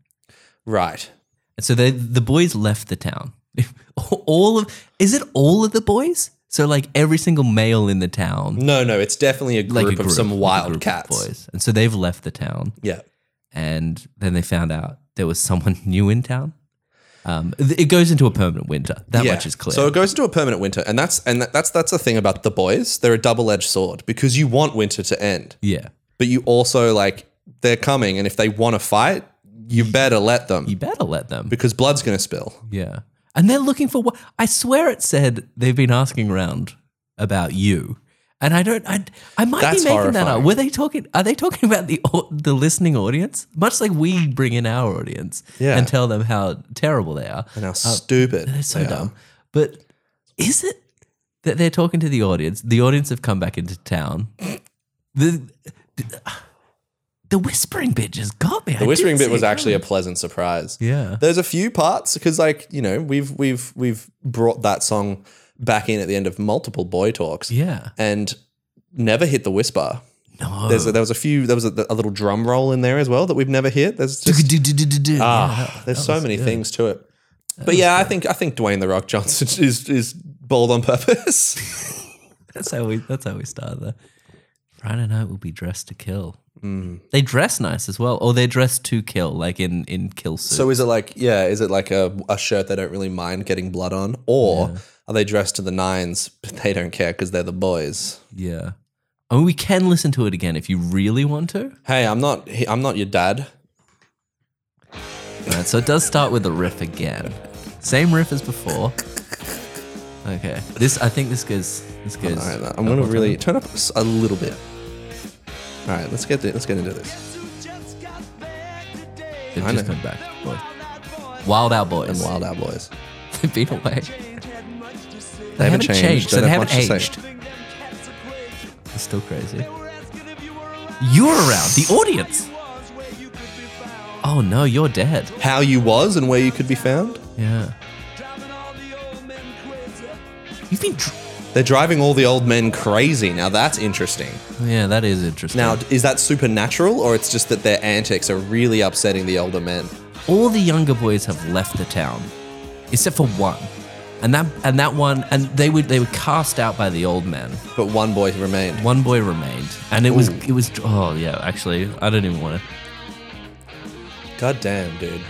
Speaker 2: Right.
Speaker 3: And so they, the boys left the town. all of is it all of the boys? So like every single male in the town,
Speaker 2: No, no, it's definitely a group,
Speaker 3: like a
Speaker 2: of some
Speaker 3: like a
Speaker 2: wild
Speaker 3: group of
Speaker 2: cats.
Speaker 3: boys. And so they've left the town,
Speaker 2: Yeah.
Speaker 3: and then they found out there was someone new in town. Um, th- it goes into a permanent winter. That
Speaker 2: Yeah.
Speaker 3: much is clear.
Speaker 2: So it goes into a permanent winter, and that's and that, that's that's the thing about the boys. They're a double edged sword because you want winter to end,
Speaker 3: yeah,
Speaker 2: but you also like they're coming, and if they want to fight, you better let them
Speaker 3: you better let them.
Speaker 2: because blood's gonna spill.
Speaker 3: Yeah, and they're looking for what I swear it said they've been asking around about you. And I don't. I, I might
Speaker 2: That's
Speaker 3: be making that up.
Speaker 2: horrifying.
Speaker 3: Were they talking? Are they talking about the au- the listening audience? Much like we bring in our audience
Speaker 2: Yeah.
Speaker 3: and tell them how terrible they are.
Speaker 2: And how stupid!
Speaker 3: They're Oh, so
Speaker 2: they are.
Speaker 3: dumb. But is it that they're talking to the audience? The audience have come back into town. The the whispering bit just got me.
Speaker 2: The whispering bit was actually a pleasant surprise.
Speaker 3: yeah.
Speaker 2: There's a few parts because, like you know, we've we've we've brought that song back in at the end of multiple boy talks,
Speaker 3: Yeah.
Speaker 2: and never hit the whisper.
Speaker 3: No.
Speaker 2: There's a, there was a few. There was a, a little drum roll in there as well that we've never hit. There's just
Speaker 3: Du-du-du-du-du-du.
Speaker 2: ah, there's so many things to it. But yeah, I think I think Dwayne the Rock Johnson is is bold on purpose.
Speaker 3: That's how we. That's how we start the Friday night. We'll be dressed to kill.
Speaker 2: Mm.
Speaker 3: They dress nice as well, or they're dressed to kill, like in in kill suits.
Speaker 2: so is it like yeah? Is it like a, a shirt they don't really mind getting blood on, or are they dressed to the nines but they don't care because they're the boys?
Speaker 3: yeah. I mean, we can listen to it again if you really want to.
Speaker 2: Hey, I'm not he- I'm not your dad.
Speaker 3: Right, so it does start with the riff again, same riff as before. Okay, this I think this goes. This goes.
Speaker 2: All right, I'm gonna really turn up s- a little bit. All right, let's get the, let's get into this.
Speaker 3: They've
Speaker 2: I
Speaker 3: just
Speaker 2: know.
Speaker 3: come back. Boy. Wild Out
Speaker 2: And
Speaker 3: Boys.
Speaker 2: Wild Out Boys. They,
Speaker 3: They've been away. They,
Speaker 2: haven't changed,
Speaker 3: so
Speaker 2: don't
Speaker 3: they
Speaker 2: have
Speaker 3: haven't
Speaker 2: much to say.
Speaker 3: aged. It's still crazy. You're around the audience. Oh no, you're dead.
Speaker 2: How you was and where you could be found.
Speaker 3: Yeah. You've been. Dr-
Speaker 2: They're driving all the old men crazy. Now that's interesting.
Speaker 3: Yeah, that is interesting.
Speaker 2: Now, is that supernatural or it's just that their antics are really upsetting the older men?
Speaker 3: all the younger boys have left the town, except for one, and that and that one, and they were they were cast out by the old man.
Speaker 2: But one boy remained.
Speaker 3: One boy remained, and it was it was oh yeah, actually, I don't even want to.
Speaker 2: God damn, dude.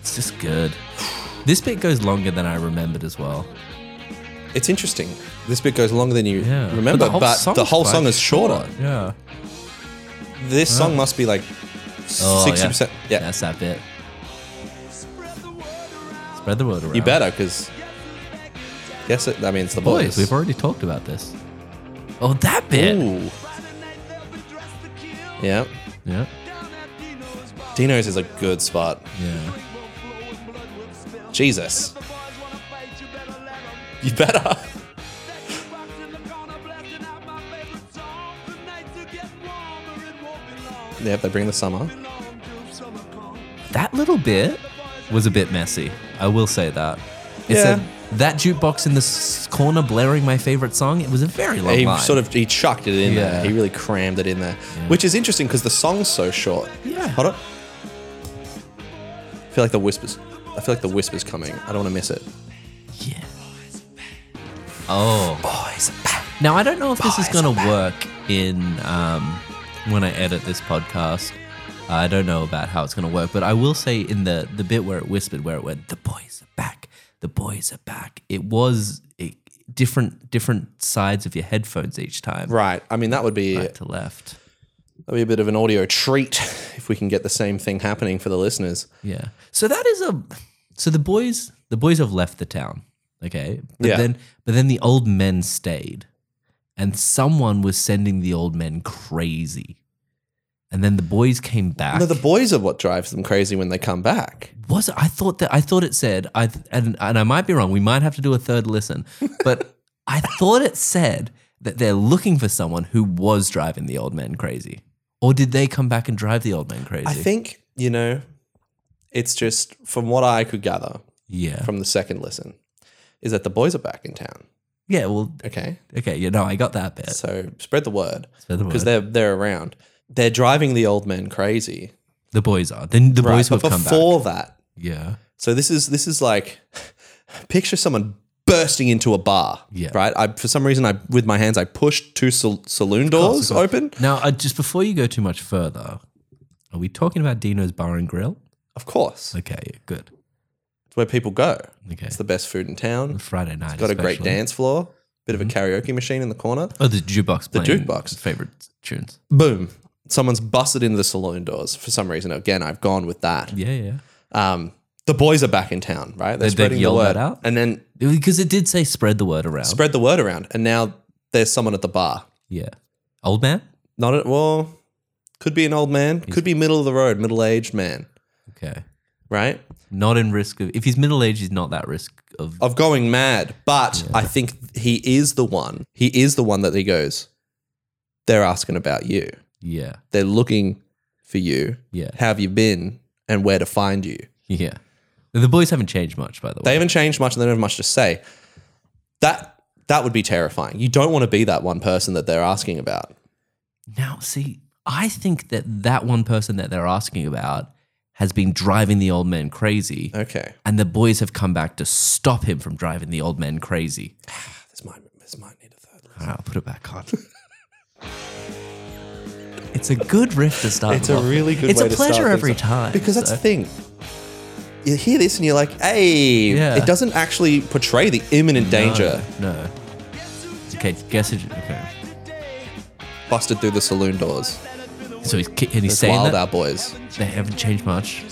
Speaker 3: It's just good. This bit goes longer than I remembered as well.
Speaker 2: It's interesting. This bit goes longer than you
Speaker 3: Yeah,
Speaker 2: remember, but
Speaker 3: song's
Speaker 2: the whole
Speaker 3: quite
Speaker 2: song is shorter.
Speaker 3: short, Yeah.
Speaker 2: This song must be like
Speaker 3: Oh, yeah.
Speaker 2: 60%. Yeah,
Speaker 3: That's that bit.
Speaker 4: Spread the word around.
Speaker 3: Spread the word around.
Speaker 2: you better because, yes, it, I mean, it's the boys.
Speaker 3: boys. We've already talked about this. Oh, that bit.
Speaker 2: Ooh.
Speaker 4: Friday night they'll be dressed to kill.
Speaker 2: Yeah.
Speaker 3: Yeah.
Speaker 4: Down at Dino's bar.
Speaker 2: Dino's is a good spot.
Speaker 3: Yeah.
Speaker 4: Drink won't flow and blood will spill.
Speaker 2: Jesus.
Speaker 4: If the boys wanna fight, you better let 'em.
Speaker 2: You better.
Speaker 4: That jukebox in the corner blasting out my favorite song. The nights are getting warmer, it won't be long.
Speaker 2: yep, they bring the summer.
Speaker 4: Be long till summer comes.
Speaker 3: That little bit was a bit messy. I will say that. It
Speaker 2: Yeah.
Speaker 3: said that jukebox in the s- corner blaring my favorite song. It was a very long
Speaker 2: He
Speaker 3: line.
Speaker 2: sort of he chucked it in
Speaker 3: Yeah.
Speaker 2: there. He really crammed it in there, which is interesting because the song's so short.
Speaker 3: Yeah.
Speaker 2: Hold up. I feel like the whispers. I feel like the whispers coming. I don't want to miss it.
Speaker 3: yeah. Oh.
Speaker 2: Boys,
Speaker 3: Now I don't know if this is
Speaker 2: Boys
Speaker 3: gonna work in um, when I edit this podcast. I don't know about how it's gonna work, but I will say in the the bit where it whispered, where it went, the boys are back, the boys are back. It was it, different different sides of your headphones each time,
Speaker 2: right. I mean, that would be
Speaker 3: right to left.
Speaker 2: that'd be a bit of an audio treat if we can get the same thing happening for the listeners.
Speaker 3: Yeah. So that is a so the boys the boys have left the town. Okay. But
Speaker 2: Yeah.
Speaker 3: then but then the old men stayed. And someone was sending the old men crazy. And then the boys came back.
Speaker 2: No, the boys are what drives them crazy when they come back.
Speaker 3: was it? I thought that I thought it said I and and I might be wrong. We might have to do a third listen. But I thought it said that they're looking for someone who was driving the old men crazy. Or did they come back and drive the old men crazy?
Speaker 2: I think you know. It's just from what I could gather
Speaker 3: yeah.
Speaker 2: from the second listen, is that the boys are back in town.
Speaker 3: yeah, well
Speaker 2: Okay,
Speaker 3: okay, you know, I got that bit.
Speaker 2: so spread the word.
Speaker 3: Spread the
Speaker 2: because they're
Speaker 3: word.
Speaker 2: they're around. They're driving the old men crazy.
Speaker 3: The boys are. Then the
Speaker 2: Right,
Speaker 3: boys will
Speaker 2: but
Speaker 3: come back.
Speaker 2: before that,
Speaker 3: Yeah.
Speaker 2: so this is this is like picture someone bursting into a bar.
Speaker 3: Yeah.
Speaker 2: Right. I for some reason I with my hands I pushed two sal- saloon doors open.
Speaker 3: Now, uh, just before you go too much further, are we talking about Dino's Bar and Grill?
Speaker 2: Of course,
Speaker 3: Okay, good.
Speaker 2: it's where people go.
Speaker 3: Okay.
Speaker 2: It's the best food in town.
Speaker 3: Friday night.
Speaker 2: Got a great
Speaker 3: especially.
Speaker 2: dance floor. Bit of
Speaker 3: Mm-hmm.
Speaker 2: a karaoke machine in the corner.
Speaker 3: Oh, the jukebox. The
Speaker 2: jukebox.
Speaker 3: Favorite tunes.
Speaker 2: Boom. Someone's busted into the saloon doors for some reason. Again, I've gone with that.
Speaker 3: Yeah, yeah.
Speaker 2: Um, the boys are back in town, right? They're
Speaker 3: they've
Speaker 2: spreading the
Speaker 3: yelled
Speaker 2: word
Speaker 3: that out?
Speaker 2: and then
Speaker 3: Because it did say spread the word around.
Speaker 2: spread the word around, and now there's someone at the bar.
Speaker 3: yeah. Old man?
Speaker 2: Not at well, could be an old man, could be middle of the road, middle aged man,
Speaker 3: Okay.
Speaker 2: right?
Speaker 3: Not in risk of. If he's middle aged, he's not that risk of.
Speaker 2: Of going mad, but I think he is the one. He is the one that he goes. They're asking about you.
Speaker 3: Yeah.
Speaker 2: They're looking for you.
Speaker 3: Yeah.
Speaker 2: how have you been, and where to find you?
Speaker 3: Yeah. The boys haven't changed much, by the
Speaker 2: They
Speaker 3: way.
Speaker 2: haven't changed much, and they don't have much to say. That that would be terrifying. You don't want to be that one person that they're asking about.
Speaker 3: Now, see, I think that that one person that they're asking about has been driving the old man crazy.
Speaker 2: Okay,
Speaker 3: and the boys have come back to stop him from driving the old man crazy.
Speaker 2: this might this might need a third. listen.
Speaker 3: All right, I'll put it back on. it's a good riff to start.
Speaker 2: It's
Speaker 3: them
Speaker 2: a
Speaker 3: off with.
Speaker 2: really good
Speaker 3: It's
Speaker 2: way
Speaker 3: a
Speaker 2: to start
Speaker 3: pleasure
Speaker 2: things
Speaker 3: every
Speaker 2: off.
Speaker 3: time
Speaker 2: Because that's
Speaker 3: so-
Speaker 2: the thing. You hear this and you're like, hey,
Speaker 3: Yeah.
Speaker 2: it doesn't actually portray the imminent danger
Speaker 3: No. Okay, guess it. Okay,
Speaker 2: busted through the saloon doors.
Speaker 3: so he's ki- and he's
Speaker 2: It's
Speaker 3: saying
Speaker 2: wild
Speaker 3: that
Speaker 2: out boys.
Speaker 3: they haven't changed much.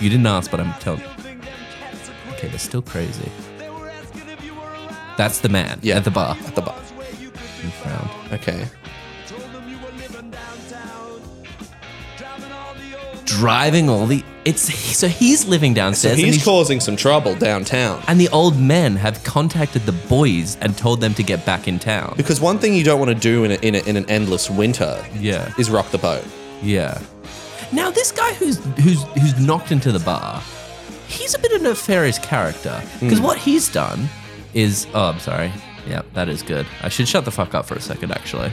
Speaker 3: You didn't ask, but I'm telling. Okay, they're still crazy. That's the man
Speaker 2: Yeah.
Speaker 3: at the bar.
Speaker 2: At the bar.
Speaker 3: You found.
Speaker 2: Okay.
Speaker 3: Driving all the it's so he's living
Speaker 2: So
Speaker 3: downstairs. and
Speaker 2: he's causing some trouble downtown.
Speaker 3: and the old men have contacted the boys and told them to get back in town.
Speaker 2: Because one thing you don't want to do in, a, in, a, in an endless winter
Speaker 3: Yeah.
Speaker 2: is rock the boat.
Speaker 3: Yeah. Now this guy who's who's
Speaker 2: Hmm.
Speaker 3: who's knocked into the bar, he's a bit of a nefarious character because what he's done is oh, I'm sorry. Yeah, that is good. I should shut the fuck up for a second, actually.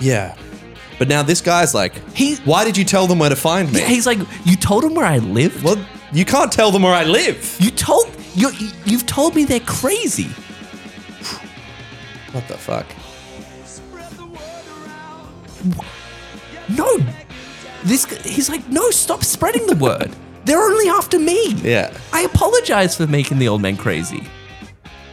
Speaker 2: Yeah. But now this guy's like, he. Why did you tell them where to find me?
Speaker 3: Yeah, he's like, you told him where I live.
Speaker 2: well, you can't tell them where I live.
Speaker 3: You told you you- you've told me they're crazy.
Speaker 2: What the fuck?
Speaker 4: Spread the word around.
Speaker 3: No, this g- he's like, no, stop spreading the word. They're only after me.
Speaker 2: Yeah.
Speaker 3: I apologize for making the old man crazy.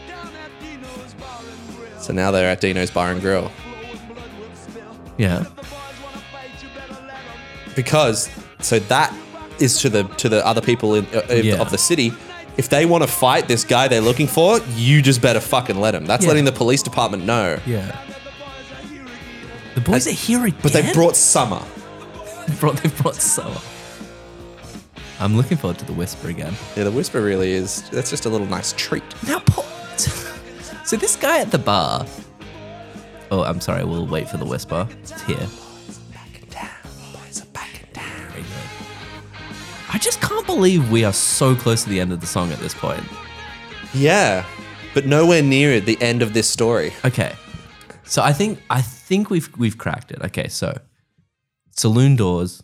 Speaker 4: Down at Dino's Bar and Grill.
Speaker 2: So now they're at Dino's Bar and Grill
Speaker 4: Flowing blood will spill.
Speaker 3: Yeah.
Speaker 4: If the boys wanna fight, you better let 'em.
Speaker 2: because so that is to the to the other people in uh, of-
Speaker 3: Yeah.
Speaker 2: of the city. If they want to fight this guy they're looking for, you just better fucking let him. That's
Speaker 3: Yeah.
Speaker 2: letting the police department know.
Speaker 3: Yeah.
Speaker 4: The boys are
Speaker 3: The boys are here
Speaker 4: here again.
Speaker 3: again.
Speaker 2: But they brought Summer.
Speaker 3: They brought, they brought Summer. I'm looking forward to the whisper again.
Speaker 2: Yeah, the whisper really is. That's just a little nice treat.
Speaker 3: Now, Paul. so this guy at the bar. Oh, I'm sorry. We'll wait for the whisper. It's here. Very good. I just can't believe we are so close to the end of the song at this point.
Speaker 2: Yeah, but nowhere near the end of this story.
Speaker 3: Okay. So I think I think we've we've cracked it. Okay, so saloon doors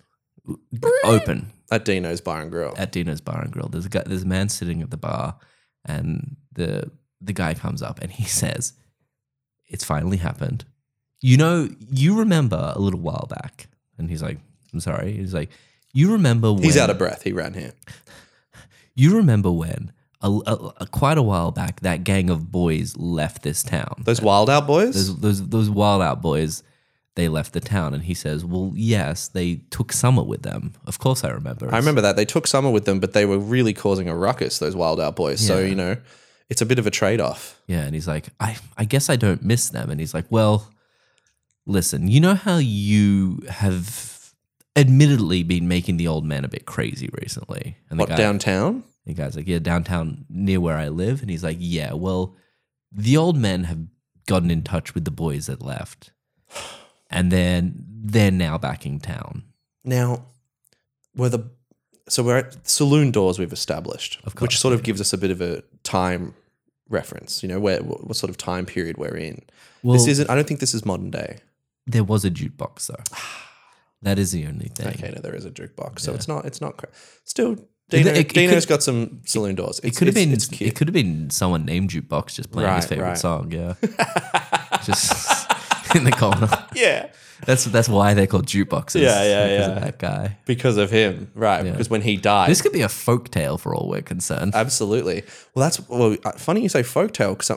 Speaker 3: open
Speaker 2: At Dino's Bar and Grill.
Speaker 3: at Dino's Bar and Grill. There's a guy, there's a man sitting at the bar, and the the guy comes up and he says, "It's finally happened." You know, you remember a little while back, and he's like, "I'm sorry." He's like, "You remember when
Speaker 2: He's out of breath. He ran here.
Speaker 3: you remember when a, a- a- quite a while back that gang of boys left this town."
Speaker 2: Those Wild Out boys?
Speaker 3: those those those wild out boys they left the town and he says well yes they took summer with them of course i remember
Speaker 2: I remember that. They took Summer with them, but they were really causing a ruckus, those Wild Out boys. So,
Speaker 3: Yeah.
Speaker 2: you know, it's a bit of a trade off.
Speaker 3: yeah and he's like i i guess i don't miss them and he's like well listen you know how you have admittedly been making the old man a bit crazy recently and the
Speaker 2: What, downtown?
Speaker 3: The guy's like, yeah, downtown near where I live. And he's like, yeah, well, the old men have gotten in touch with the boys that left. And then they're now back in town.
Speaker 2: Now, were the. So we're at saloon doors we've established,
Speaker 3: Of course,
Speaker 2: which sort of gives us a bit of a time reference, you know, where what what sort of time period we're in.
Speaker 3: Well,
Speaker 2: this isn't, I don't think this is modern day.
Speaker 3: There was a jukebox though. That is the only thing.
Speaker 2: Okay, no, there is a jukebox, so it's not. It's not. Cra- Still, Dino,
Speaker 3: it- it
Speaker 2: Dino's
Speaker 3: could-
Speaker 2: got some saloon doors. It's,
Speaker 3: It could have
Speaker 2: it's-
Speaker 3: been.
Speaker 2: It's cute.
Speaker 3: It could have been someone named jukebox just playing his
Speaker 2: Right,
Speaker 3: favorite
Speaker 2: right.
Speaker 3: song. Yeah, just in the corner.
Speaker 2: yeah,
Speaker 3: That's that's why they're called jukeboxes.
Speaker 2: Yeah, yeah,
Speaker 3: because
Speaker 2: yeah.
Speaker 3: Of that guy.
Speaker 2: because of him, right? Because when he died,
Speaker 3: This could be a folk tale for all we're concerned.
Speaker 2: absolutely. Well, that's well. uh, Funny you say folktale, because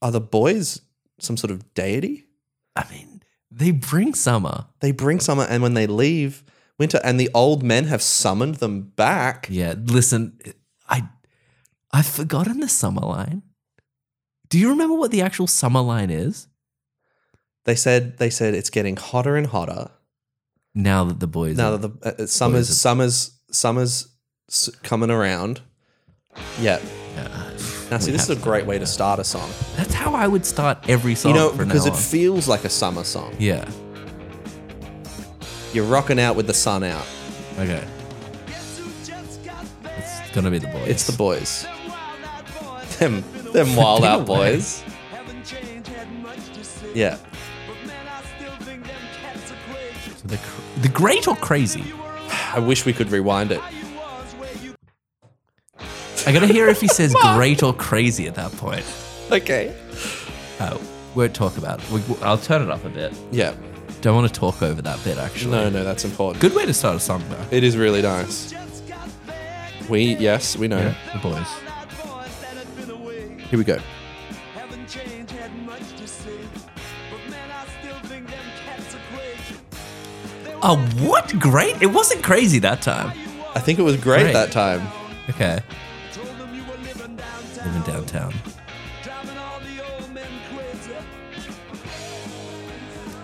Speaker 2: are the boys some sort of deity?
Speaker 3: I mean, they bring summer.
Speaker 2: They bring summer, and when they leave, winter, and the old men have summoned them back.
Speaker 3: Yeah. Listen, I I've forgotten the summer line. Do you remember what the actual summer line is?
Speaker 2: They said they said it's getting hotter and hotter.
Speaker 3: Now that the boys
Speaker 2: now
Speaker 3: are-
Speaker 2: that the uh, uh, summer's
Speaker 3: Boys are-
Speaker 2: summer's summer's s- coming around. Yeah. Now, see,
Speaker 3: we
Speaker 2: this is
Speaker 3: have
Speaker 2: a great way to start a song.
Speaker 3: That's how I would start every song.
Speaker 2: you know,
Speaker 3: from
Speaker 2: because
Speaker 3: now
Speaker 2: it
Speaker 3: on.
Speaker 2: feels like a summer song.
Speaker 3: yeah.
Speaker 2: You're rocking out with the sun out.
Speaker 3: Okay.
Speaker 4: Guess who just got
Speaker 3: It's
Speaker 4: back
Speaker 3: gonna be the boys.
Speaker 2: It's the boys.
Speaker 4: Them wild eyed boys
Speaker 2: Them,
Speaker 4: haven't been
Speaker 2: them
Speaker 4: a
Speaker 2: wild out boys.
Speaker 3: Damn right.
Speaker 4: week. Haven't changed, had much to say.
Speaker 2: Yeah.
Speaker 4: But man, I still think them cats are crazy.
Speaker 3: the cr- the great or crazy.
Speaker 4: You were
Speaker 2: I wish we could rewind it.
Speaker 4: how you was, where you
Speaker 3: I gotta hear if he says great or crazy at that point.
Speaker 2: Okay.
Speaker 3: Oh, won't talk about it. We, I'll turn it up a bit.
Speaker 2: Yeah.
Speaker 3: Don't want to talk over that bit actually.
Speaker 2: No, no, that's important.
Speaker 3: Good way to start a song though.
Speaker 2: It is really nice.
Speaker 4: just got back.
Speaker 2: We, yes, we know.
Speaker 3: the boys.
Speaker 4: Wild eyed boys that had been away.
Speaker 2: Here we go.
Speaker 4: Haven't changed, had much to say. But man, I still think them cats are crazy. They
Speaker 3: Oh,
Speaker 4: were
Speaker 3: what great? It wasn't crazy that time.
Speaker 4: how you was,
Speaker 2: I think it was great,
Speaker 3: Great.
Speaker 2: that time.
Speaker 3: Okay.
Speaker 4: told them you were living downtown.
Speaker 3: Living downtown.
Speaker 4: Driving all the old men crazy.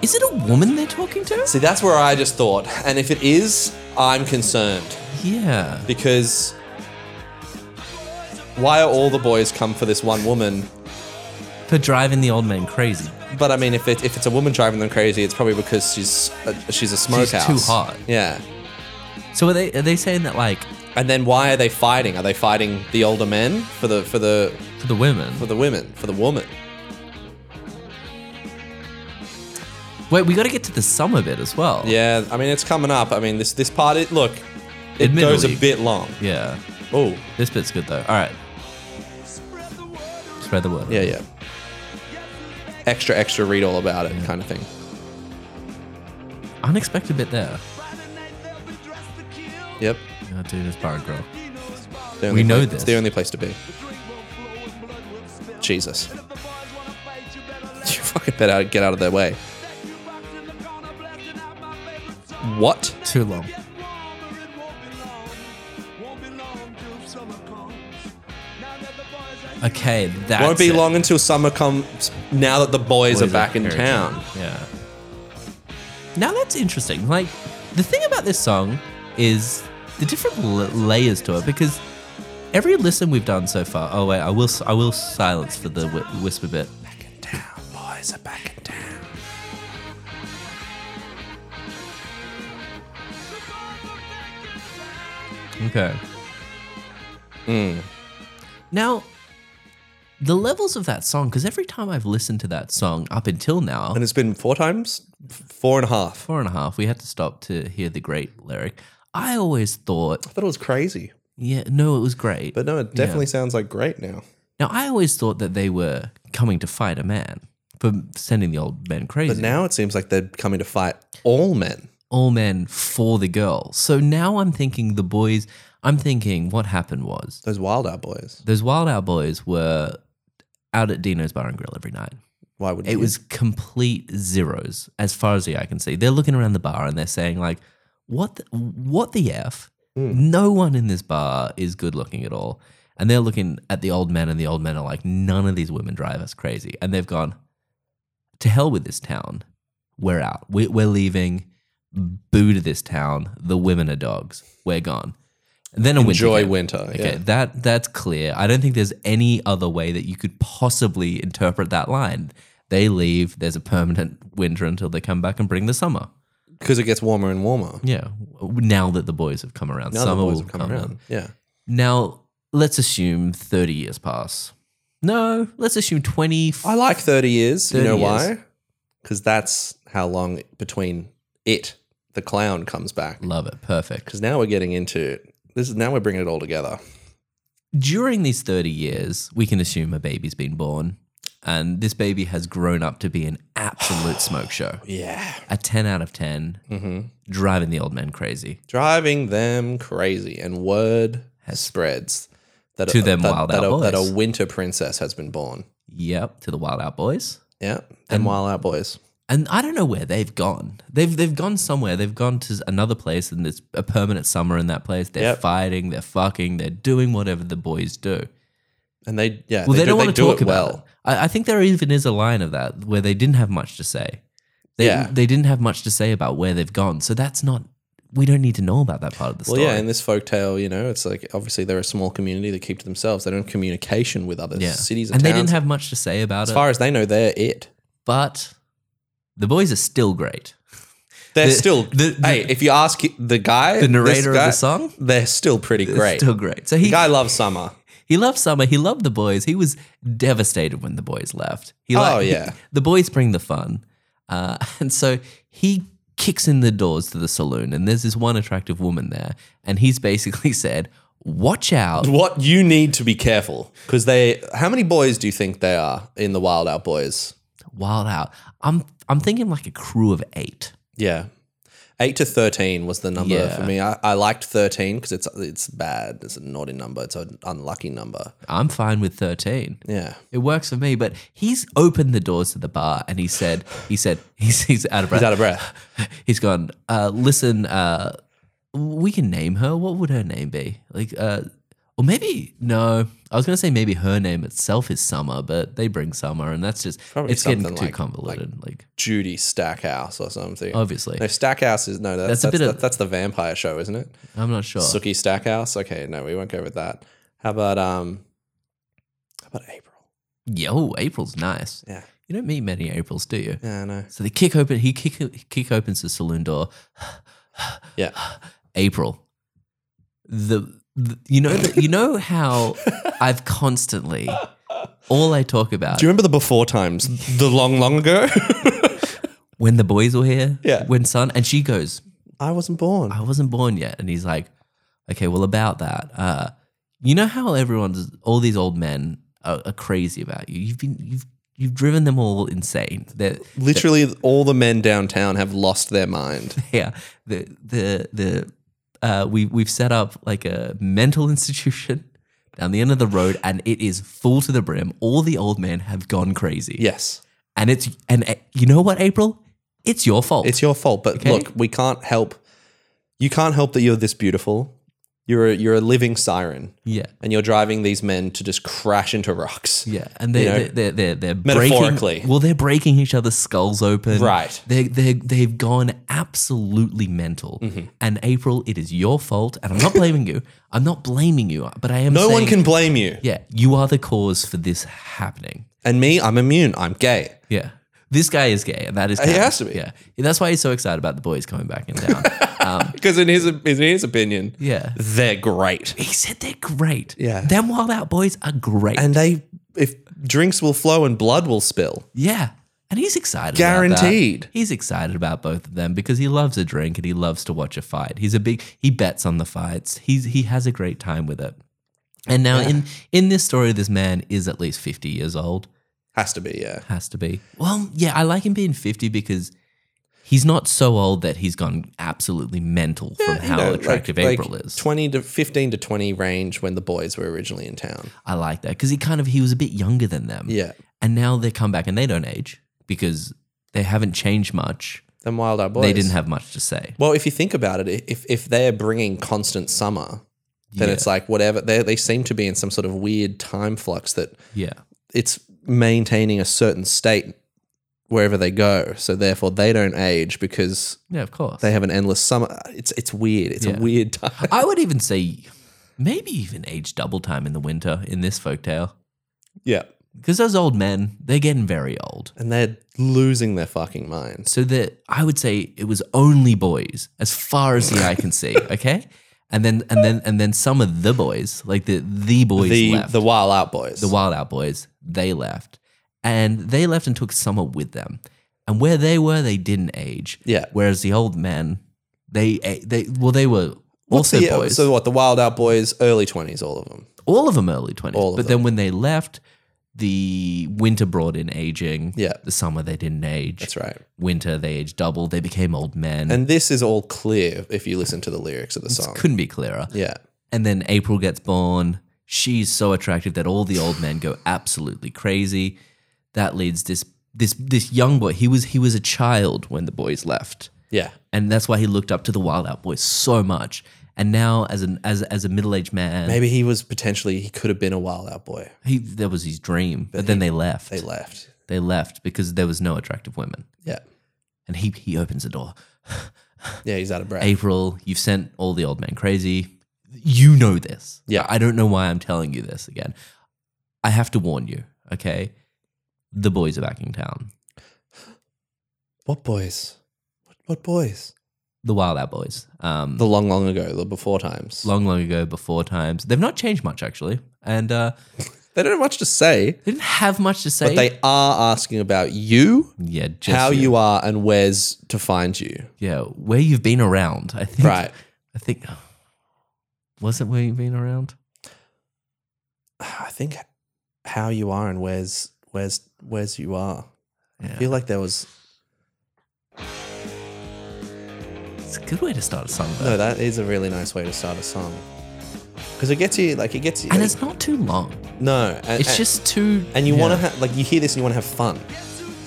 Speaker 3: Is it a woman they're talking to?
Speaker 2: See, that's where I just thought. And if it is, I'm concerned.
Speaker 3: Yeah.
Speaker 2: because why are all the boys come for this one woman?
Speaker 3: For driving the old man crazy.
Speaker 2: But I mean, if it, if it's a woman driving them crazy, it's probably because she's a, she's a smokehouse.
Speaker 3: too hot.
Speaker 2: Yeah,
Speaker 3: So are they are they saying that like
Speaker 2: And then why are they fighting? Are they fighting the older men for the for the
Speaker 3: for the women.
Speaker 2: for the women for the woman?
Speaker 3: Wait, we got to get to the summer bit as well.
Speaker 2: Yeah, I mean it's coming up. I mean this this part. It look, it goes
Speaker 3: Admittedly.
Speaker 2: a bit long.
Speaker 3: Yeah.
Speaker 2: Oh
Speaker 3: This bit's good though. All right.
Speaker 4: Spread the word
Speaker 3: Spread the word.
Speaker 2: yeah yeah. Extra extra read all about it kind of thing.
Speaker 3: Unexpected bit there.
Speaker 4: Friday night they'll be dressed to kill.
Speaker 2: Yep.
Speaker 3: Oh, dude, it's Bar and Grill.
Speaker 4: Dino's ball.
Speaker 2: The only
Speaker 3: know
Speaker 2: place-
Speaker 3: this.
Speaker 2: It's the only place to be.
Speaker 4: The drink won't flow and blood will spill.
Speaker 2: Jesus.
Speaker 4: And if the boys wanna fight, you better let
Speaker 2: You fucking better get out of their way.
Speaker 4: that you rocks in the corner blasting out my favorite song.
Speaker 2: What?
Speaker 3: Too long.
Speaker 4: Get warmer, it won't be long. Won't be long till summer comes. Now that the boys are here,
Speaker 3: Okay, that's
Speaker 2: Won't be
Speaker 3: it.
Speaker 2: long until summer comes. Now that the boys,
Speaker 3: Boys
Speaker 2: are back in
Speaker 3: here.
Speaker 2: town.
Speaker 3: Yeah. Now that's interesting. Like the thing about this song is the different l- layers to it because every listen we've done so far. Oh wait, I will s- I will silence for the whi- whisper bit.
Speaker 2: Back in town, boys are back in town.
Speaker 3: Okay.
Speaker 2: Hmm.
Speaker 3: Now, the levels of that song because every time I've listened to that song up until now,
Speaker 2: And it's been four times, F- four and a half. I
Speaker 3: four and a half, we had to stop to hear the great lyric. I always thought,
Speaker 2: thought it was crazy,
Speaker 3: yeah, no, it was great.
Speaker 2: but no, it definitely sounds like great now.
Speaker 3: Now, I always thought that they were coming to fight a man for sending the old men crazy.
Speaker 2: But now it seems like they're coming to fight all men.
Speaker 3: all men for the girl. So now I'm thinking the boys, I'm thinking what happened was
Speaker 2: Those wild out boys.
Speaker 3: those Wild Out boys were out at Dino's Bar and Grill every night.
Speaker 2: Why would
Speaker 3: It was complete zeros as far as the eye can see. They're looking around the bar and they're saying like, "What? The, what the f?
Speaker 2: Hmm.
Speaker 3: No one in this bar is good looking at all." And they're looking at the old men, and the old men are like, "None of these women drive us crazy." And they've gone to hell with this town. We're out. We, we're leaving. Boo to this town. The women are dogs. We're gone. And then a winter
Speaker 2: enjoy
Speaker 3: came.
Speaker 2: winter?
Speaker 3: Okay,
Speaker 2: yeah.
Speaker 3: that that's clear. I don't think there's any other way that you could possibly interpret that line. They leave. There's a permanent winter until they come back and bring the summer.
Speaker 2: because it gets warmer and warmer.
Speaker 3: Yeah. Now that the boys have come around,
Speaker 2: Now
Speaker 3: summer
Speaker 2: the boys
Speaker 3: will
Speaker 2: have come
Speaker 3: come
Speaker 2: around.
Speaker 3: in.
Speaker 2: Yeah,
Speaker 3: Now let's assume 30 years pass. No, let's assume 20.
Speaker 2: I like thirty years. you
Speaker 3: 30
Speaker 2: know
Speaker 3: years.
Speaker 2: why? Because that's how long between it the clown comes back.
Speaker 3: Love it. Perfect.
Speaker 2: Because now we're getting into this. Is now we're bringing it all together.
Speaker 3: during these 30 years, we can assume a baby's been born, and this baby has grown up to be an absolute smoke show.
Speaker 2: Yeah,
Speaker 3: A 10 out of 10,
Speaker 2: Mm.
Speaker 3: driving the old men crazy.
Speaker 2: Mm-hmm. driving them crazy, and word spreads that
Speaker 3: To them
Speaker 2: that,
Speaker 3: wild
Speaker 2: that
Speaker 3: out
Speaker 2: a, that
Speaker 3: boys.
Speaker 2: a winter princess has been born.
Speaker 3: Yep, to the Wild Out Boys.
Speaker 2: Yeah, and wild out boys.
Speaker 3: And I don't know where they've gone. They've they've gone somewhere. They've gone to another place, and it's a permanent summer in that place. They're
Speaker 2: Yep.
Speaker 3: fighting. They're fucking. They're doing whatever the boys do.
Speaker 2: And they yeah
Speaker 3: Well, they,
Speaker 2: do,
Speaker 3: don't want to
Speaker 2: do
Speaker 3: talk
Speaker 2: it
Speaker 3: about
Speaker 2: well.
Speaker 3: it. I, I think there even is a line of that where they didn't have much to say. They,
Speaker 2: Yeah.
Speaker 3: they didn't have much to say about where they've gone. So that's not. We don't need to know about that part of the
Speaker 2: Well,
Speaker 3: story.
Speaker 2: yeah, in this folktale, you know, it's like obviously they're a small community that keep to themselves. They don't have communication with other
Speaker 3: Yeah.
Speaker 2: cities and,
Speaker 3: and they
Speaker 2: towns.
Speaker 3: didn't have much to say about
Speaker 2: as
Speaker 3: it.
Speaker 2: far as they know, they're it.
Speaker 3: but the boys are still great.
Speaker 2: They're
Speaker 3: The-
Speaker 2: still.
Speaker 3: the- the-
Speaker 2: hey, if you ask the guy,
Speaker 3: The
Speaker 2: this
Speaker 3: narrator of
Speaker 2: guy,
Speaker 3: the song?
Speaker 2: they're still pretty
Speaker 3: They're
Speaker 2: great.
Speaker 3: Still great. So he
Speaker 2: the guy loves summer.
Speaker 3: He loved summer. He loved the boys. He was devastated when the boys left. He
Speaker 2: Oh,
Speaker 3: liked-
Speaker 2: yeah.
Speaker 3: the boys bring the fun, uh, and so he kicks in the doors to the saloon, and there's this one attractive woman there, and he's basically said, "Watch out."
Speaker 2: What you need to be careful because they. How many boys do you think they are in the Wild Out Boys?
Speaker 3: Wild out. I'm I'm thinking like a crew of eight.
Speaker 2: Yeah, eight to thirteen was the number
Speaker 3: Yeah.
Speaker 2: for me. I, I liked thirteen because it's it's bad. It's a naughty number. It's an unlucky number.
Speaker 3: I'm fine with thirteen.
Speaker 2: Yeah.
Speaker 3: It works for me, but he's opened the doors to the bar and he said, he said, he's, he's out of breath.
Speaker 2: He's out of breath.
Speaker 3: he's gone. Uh, listen, uh, we can name her. What would her name be? Like, uh, or maybe no. I was gonna say maybe her name itself is Summer, but they bring Summer, and that's just
Speaker 2: Probably
Speaker 3: it's getting too
Speaker 2: something like-
Speaker 3: convoluted. Like,
Speaker 2: Judy Stackhouse or something.
Speaker 3: obviously,
Speaker 2: No, Stackhouse is no. That's,
Speaker 3: That's a
Speaker 2: that's,
Speaker 3: bit of-
Speaker 2: that- that's the vampire show, isn't it?
Speaker 3: I'm not sure.
Speaker 2: Sookie Stackhouse. Okay, no, we won't go with that. How about um? How about April?
Speaker 3: Yo, oh, April's nice.
Speaker 2: Yeah.
Speaker 3: You don't meet many Aprils, do you?
Speaker 2: Yeah, I know.
Speaker 3: So they kick open. He kick he kick opens the saloon door.
Speaker 2: Yeah,
Speaker 3: April. the, the you know the, you know how I've constantly all I talk about
Speaker 2: Do you remember the before times? The long, long ago?
Speaker 3: when the boys were here,
Speaker 2: Yeah.
Speaker 3: when son and she goes,
Speaker 2: I wasn't born.
Speaker 3: I wasn't born yet, and he's like, okay, well about that, uh, you know how everyone's all these old men are, are crazy about you. You've been you've you've driven them all insane. They're
Speaker 2: Literally, all the men downtown have lost their mind.
Speaker 3: yeah the the the uh, we we've set up like a mental institution down the end of the road and it is full to the brim all the old men have gone crazy
Speaker 2: Yes.
Speaker 3: and it's and uh, you know what april it's your fault
Speaker 2: It's your fault. But
Speaker 3: Okay.
Speaker 2: look, we can't help. You can't help that you're this beautiful. You're a, you're a living siren,
Speaker 3: yeah
Speaker 2: and you're driving these men to just crash into rocks.
Speaker 3: yeah and they
Speaker 2: You know,
Speaker 3: they they they're, they're
Speaker 2: metaphorically.
Speaker 3: breaking, well they're breaking each other's skulls open
Speaker 2: Right.
Speaker 3: they they they've gone absolutely mental
Speaker 2: Mm-hmm.
Speaker 3: and april it is your fault and i'm not blaming you i'm not blaming you but i am
Speaker 2: No one
Speaker 3: saying-
Speaker 2: can blame you.
Speaker 3: yeah you are the cause for this happening
Speaker 2: And me, I'm immune. I'm gay.
Speaker 3: Yeah. This guy is gay, and that is
Speaker 2: Uh, He has to be.
Speaker 3: Yeah, And that's why he's so excited about the boys coming back and down. um,
Speaker 2: Because in his in his opinion,
Speaker 3: yeah,
Speaker 2: they're great.
Speaker 3: he said they're great.
Speaker 2: Yeah.
Speaker 3: them wild out boys are great.
Speaker 2: And they if drinks will flow and blood will spill.
Speaker 3: yeah, and he's excited. About
Speaker 2: Guaranteed.
Speaker 3: that. He's excited about both of them because he loves a drink and he loves to watch a fight. He's a big. He bets on the fights. He's he has a great time with it. And now in in this story, this man is at least fifty years old.
Speaker 2: Has to be, yeah.
Speaker 3: Has to be. Well, yeah, I like him being 50 because he's not so old that he's gone absolutely mental from how
Speaker 2: You know, like-
Speaker 3: attractive
Speaker 2: like
Speaker 3: April is.
Speaker 2: Twenty to fifteen to twenty range when the boys were originally in town.
Speaker 3: I like that because he kind of he was a bit younger than them.
Speaker 2: Yeah.
Speaker 3: And now they come back and they don't age because they haven't changed much.
Speaker 2: Them wild eyed boys.
Speaker 3: They didn't have much to say.
Speaker 2: Well, if you think about it, if if they're bringing constant summer, then
Speaker 3: Yeah.
Speaker 2: it's like whatever they they seem to be in some sort of weird time flux that
Speaker 3: Yeah.
Speaker 2: it's maintaining a certain state wherever they go. So therefore, they don't age because
Speaker 3: Yeah, of course.
Speaker 2: they have an endless summer. It's it's weird. It's
Speaker 3: Yeah.
Speaker 2: a weird time.
Speaker 3: I would even say maybe even age double time in the winter in this folktale
Speaker 2: yeah,
Speaker 3: because those old men, they're getting very old.
Speaker 2: and they're losing their fucking minds.
Speaker 3: so that I would say it was only boys as far as the eye can see. Okay, and then and then and then some of the boys, like the the boys
Speaker 2: The
Speaker 3: left,
Speaker 2: the wild out boys.
Speaker 3: the Wild Out Boys, they left, and they left and took Summer with them. And where they were, they didn't age.
Speaker 2: Yeah.
Speaker 3: Whereas the old men, they eh, they well they were
Speaker 2: What's
Speaker 3: also
Speaker 2: the- uh, e-
Speaker 3: boys.
Speaker 2: So what? The wild out boys, early twenties, all of them.
Speaker 3: all of them early 20s.
Speaker 2: All of
Speaker 3: but then when they left, the winter brought in aging.
Speaker 2: Yeah.
Speaker 3: The summer they didn't age.
Speaker 2: That's right.
Speaker 3: Winter they aged double. They became old men.
Speaker 2: And this is all clear if you listen to the lyrics of the song.
Speaker 3: couldn't be clearer.
Speaker 2: yeah.
Speaker 3: And then April gets born. She's so attractive that all the old men go absolutely crazy. That leads this this this young boy. He was he was a child when the boys left,
Speaker 2: Yeah.
Speaker 3: and that's why he looked up to the Wild Out Boys so much. And now, as an as as a middle aged man,
Speaker 2: Maybe he was potentially he could have been a wild out boy.
Speaker 3: he that was his dream. But, then they left.
Speaker 2: They left.
Speaker 3: They left because there was no attractive women.
Speaker 2: Yeah.
Speaker 3: And he he opens the door.
Speaker 2: Yeah, he's out of breath.
Speaker 3: April, you've sent all the old men crazy. You know this.
Speaker 2: Yeah.
Speaker 3: I don't know why I'm telling you this again. I have to warn you, okay? The boys are back in town.
Speaker 2: what boys? What, what boys?
Speaker 3: The Wild Out Boys. Um,
Speaker 2: The long, long ago, the before times.
Speaker 3: long, long ago, before times. They've not changed much, actually. And uh,
Speaker 2: They don't have much to say,
Speaker 3: they didn't have much to say.
Speaker 2: but they are asking about you,
Speaker 3: yeah, just
Speaker 2: how you are, and where's to find you.
Speaker 3: Yeah, where you've been around, I think.
Speaker 2: Right.
Speaker 3: I think. Was it where you've been around?
Speaker 2: I think how you are and where's where's where's you are. I
Speaker 3: Yeah.
Speaker 2: feel like there was
Speaker 3: It's a good way to start a song, though.
Speaker 2: no. That is a really nice way to start a song because it gets you like it gets you.
Speaker 3: and
Speaker 2: like-
Speaker 3: it's not too long.
Speaker 2: no, and,
Speaker 3: It's
Speaker 2: and-
Speaker 3: just too.
Speaker 2: and you want to
Speaker 3: Yeah.
Speaker 2: ha- like you hear this and you want to have fun.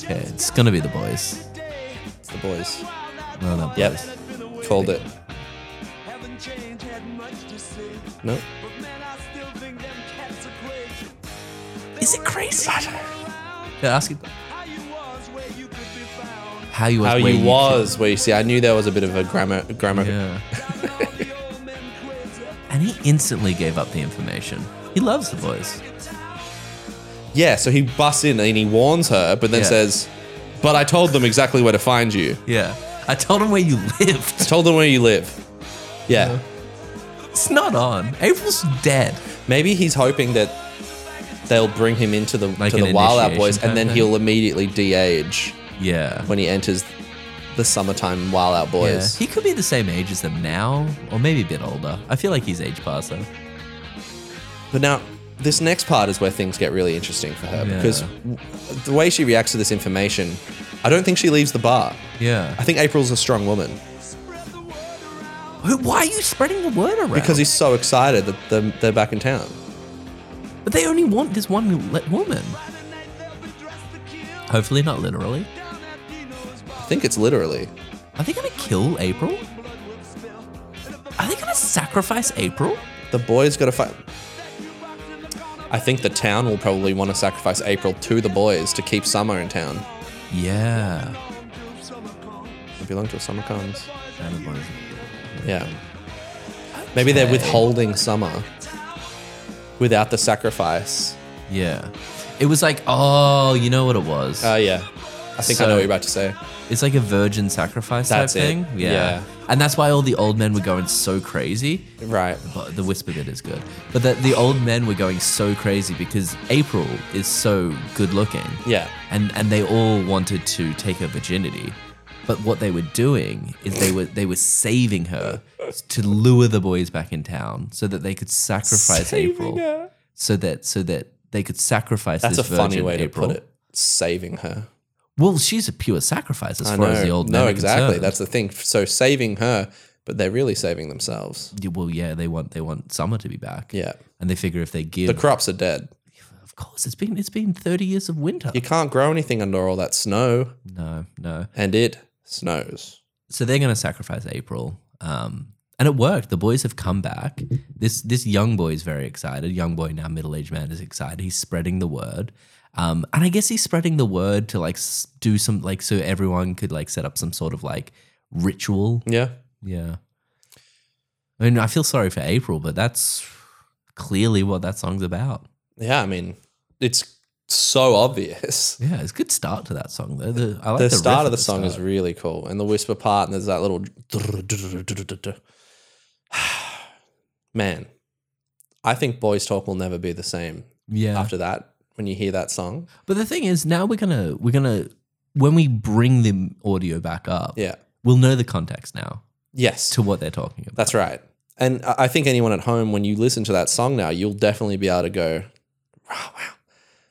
Speaker 3: Yeah, it's gonna be the boys.
Speaker 2: It's the boys
Speaker 3: Well, that
Speaker 2: Yep.
Speaker 3: boys.
Speaker 2: called it.
Speaker 4: Haven't changed, had much to say.
Speaker 2: No,
Speaker 4: But man, I still think them cats are crazy.
Speaker 3: Is it crazy?
Speaker 4: Around
Speaker 3: Yeah, ask it.
Speaker 4: how you was, where you could be found.
Speaker 3: How you was.
Speaker 2: how
Speaker 3: where
Speaker 2: you
Speaker 3: could-
Speaker 2: was where you see. I knew there was a bit of a grammar grammar.
Speaker 3: Yeah.
Speaker 4: Found all the old men crazy.
Speaker 3: And he instantly gave up the information. He loves the boys.
Speaker 2: Yeah, so he busts in and he warns her, but then
Speaker 3: Yeah.
Speaker 2: says, "But I told them exactly where to find you.
Speaker 3: Yeah. I told him where you
Speaker 2: I
Speaker 3: lived.
Speaker 2: told them where you live." Yeah,
Speaker 3: It's not on. April's dead.
Speaker 2: Maybe he's hoping that they'll bring him into the
Speaker 3: Like
Speaker 2: to
Speaker 3: an
Speaker 2: the Wild Out
Speaker 3: initiation
Speaker 2: Boys, and
Speaker 3: type
Speaker 2: then
Speaker 3: thing?
Speaker 2: he'll immediately de-age
Speaker 3: Yeah.
Speaker 2: when he enters the summertime Wild Out
Speaker 3: Yeah.
Speaker 2: Boys.
Speaker 3: He could be the same age as them now, or maybe a bit older. I feel like he's age past them.
Speaker 2: But now, this next part is where things get really interesting for her
Speaker 3: Yeah.
Speaker 2: because w- the way she reacts to this information, I don't think she leaves the bar. I
Speaker 3: Yeah.
Speaker 2: think April's a strong woman
Speaker 3: Who- Why are you spreading the word around?
Speaker 2: because he's so excited that they're, they're back in town.
Speaker 3: But they only want this one li- woman. Hopefully not literally.
Speaker 2: I think it's literally.
Speaker 3: Are they gonna kill April? Are they gonna sacrifice April?
Speaker 2: The boys got to fight. I think the town will probably want to sacrifice April to the boys to keep Summer in town.
Speaker 3: Yeah.
Speaker 2: It'll be long till Summer comes.
Speaker 3: And the boys-
Speaker 2: Yeah. Maybe they're
Speaker 3: Okay.
Speaker 2: withholding Summer without the sacrifice.
Speaker 3: Yeah. It was like, oh, you know what it was?
Speaker 2: Oh, yeah. I think I know
Speaker 3: So-
Speaker 2: what you're about to say.
Speaker 3: it's like a virgin sacrifice
Speaker 2: That's it.
Speaker 3: type thing.
Speaker 2: Yeah.
Speaker 3: And that's why all the old men were going so crazy.
Speaker 2: Right.
Speaker 3: But the whisper bit is good. But that the old men were going so crazy because April is so good looking.
Speaker 2: Yeah.
Speaker 3: and and they all wanted to take her virginity. But what they were doing is they were they were saving her to lure the boys back in town so that they could sacrifice April. So that so that they could sacrifice
Speaker 2: That's a
Speaker 3: this virgin
Speaker 2: funny way to
Speaker 3: April.
Speaker 2: put it. Saving her.
Speaker 3: Well, she's a pure sacrifice as
Speaker 2: I
Speaker 3: far
Speaker 2: know.
Speaker 3: as the old men
Speaker 2: no,
Speaker 3: are
Speaker 2: exactly.
Speaker 3: concerned.
Speaker 2: That's the thing. So saving her, but they're really saving themselves.
Speaker 3: Yeah, well, yeah, they want they want summer to be back.
Speaker 2: Yeah.
Speaker 3: And they figure if they give
Speaker 2: The crops are dead.
Speaker 3: of course it's been it's been 30 years of winter.
Speaker 2: You can't grow anything under all that snow,
Speaker 3: No, no.
Speaker 2: and it snows.
Speaker 3: so they're going to sacrifice April. Um, and it worked. The boys have come back. This this young boy is very excited. Young boy now middle aged man is excited. He's spreading the word. Um, and I guess he's spreading the word to like s- do some like so everyone could like set up some sort of like ritual.
Speaker 2: Yeah.
Speaker 3: Yeah. I mean, I feel sorry for April, but that's clearly what that song's about.
Speaker 2: Yeah. I mean, it's so obvious.
Speaker 3: Yeah, it's a good start to that song though. The, I like
Speaker 2: the,
Speaker 3: the,
Speaker 2: start
Speaker 3: riff
Speaker 2: of
Speaker 3: at
Speaker 2: the song is
Speaker 3: start.
Speaker 2: really cool, and the whisper part, and there's that little. drrr, drrr, drrr, drrr, drrr. Man, I think Boys Talk will never be the same
Speaker 3: yeah.
Speaker 2: after that. When you hear that song,
Speaker 3: But the thing is, now we're gonna we're gonna when we bring the audio back up,
Speaker 2: yeah,
Speaker 3: we'll know the context now
Speaker 2: yes,
Speaker 3: to what they're talking about.
Speaker 2: that's right. And I I think anyone at home, when you listen to that song now, you'll definitely be able to go, "Wow, wow,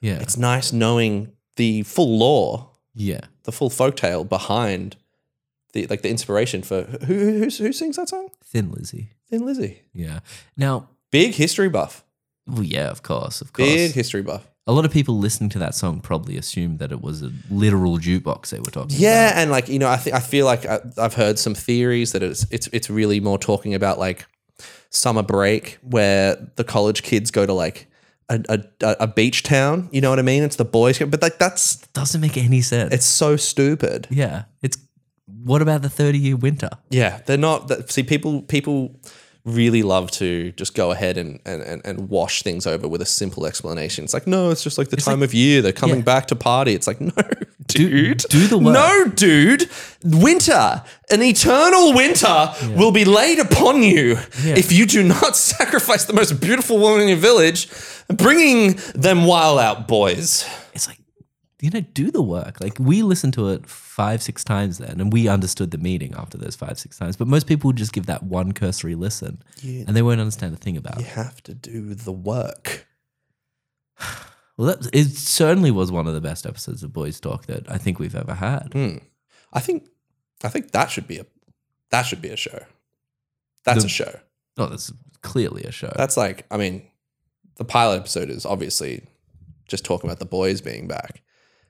Speaker 3: yeah,
Speaker 2: it's nice knowing the full lore,
Speaker 3: yeah.
Speaker 2: the full folktale behind the like the inspiration for who who, who, who sings that song?
Speaker 3: Thin Lizzy.
Speaker 2: Thin Lizzy,
Speaker 3: Yeah. Now,
Speaker 2: big history buff,
Speaker 3: well, yeah, of course, of course.
Speaker 2: big history buff.
Speaker 3: A lot of people listening to that song probably assumed that it was a literal jukebox they were talking.
Speaker 2: Yeah, and like you know, I think I feel like I, I've heard some theories that it's it's it's really more talking about like summer break where the college kids go to like a a, a a beach town. You know what I mean? It's the boys, go- but like that's
Speaker 3: About. Doesn't make any sense.
Speaker 2: it's so stupid.
Speaker 3: yeah. It's what about the thirty-year winter?
Speaker 2: Yeah, they're not. That, see, people people really love to just go ahead and, and and and wash things over with a simple explanation. It's like no, it's just like the time of year they're coming
Speaker 3: yeah.
Speaker 2: back to party. It's like no. Dude,
Speaker 3: do the work.
Speaker 2: No, dude, winter, an eternal winter will be laid upon you if you do not sacrifice the most beautiful woman in your village, bringing them wild out boys.
Speaker 3: It's like you know, do the work. Like we listened to it five, six times then, and we understood the meaning after those five, six times. But most people would just give that one cursory listen, and they won't understand a thing about it.
Speaker 2: You have to do the work.
Speaker 3: Well, that, it certainly was one of the best episodes of Boys Talk that I think we've ever had.
Speaker 2: Hmm. I think I think that should be a that should be a show. That's
Speaker 3: The-
Speaker 2: a show.
Speaker 3: Oh, that's clearly a show.
Speaker 2: That's like I mean, the pilot episode is obviously just talking about the boys being back,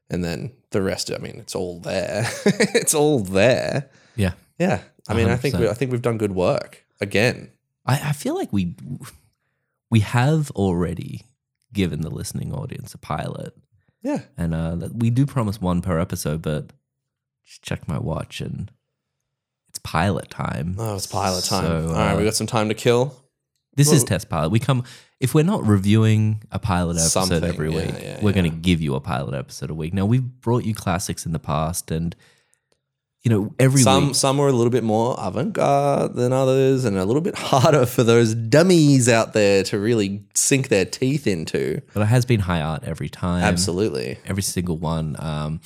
Speaker 2: and then the rest. I mean, it's all there. it's all there.
Speaker 3: yeah.
Speaker 2: Yeah. I mean, I think we,
Speaker 3: 100%.
Speaker 2: I think we've done good work again.
Speaker 3: I, I feel like we we have already given the listening audience a pilot,
Speaker 2: Yeah.
Speaker 3: and uh, that- we do promise one per episode, but just check my watch and it's pilot time.
Speaker 2: Oh, it's pilot time.
Speaker 3: So,
Speaker 2: all right,
Speaker 3: uh,
Speaker 2: we got some time to kill.
Speaker 3: This is
Speaker 2: Well-
Speaker 3: test pilot. We come if we're not reviewing a pilot episode
Speaker 2: Something,
Speaker 3: every
Speaker 2: yeah,
Speaker 3: week,
Speaker 2: yeah,
Speaker 3: we're
Speaker 2: yeah.
Speaker 3: going to give you a pilot episode a week. Now we've brought you classics in the past, and you know, every
Speaker 2: Some
Speaker 3: week.
Speaker 2: some were a little bit more avant-garde than others, and a little bit harder for those dummies out there to really sink their teeth into.
Speaker 3: But it has been high art every time.
Speaker 2: Absolutely.
Speaker 3: Every single one. Um,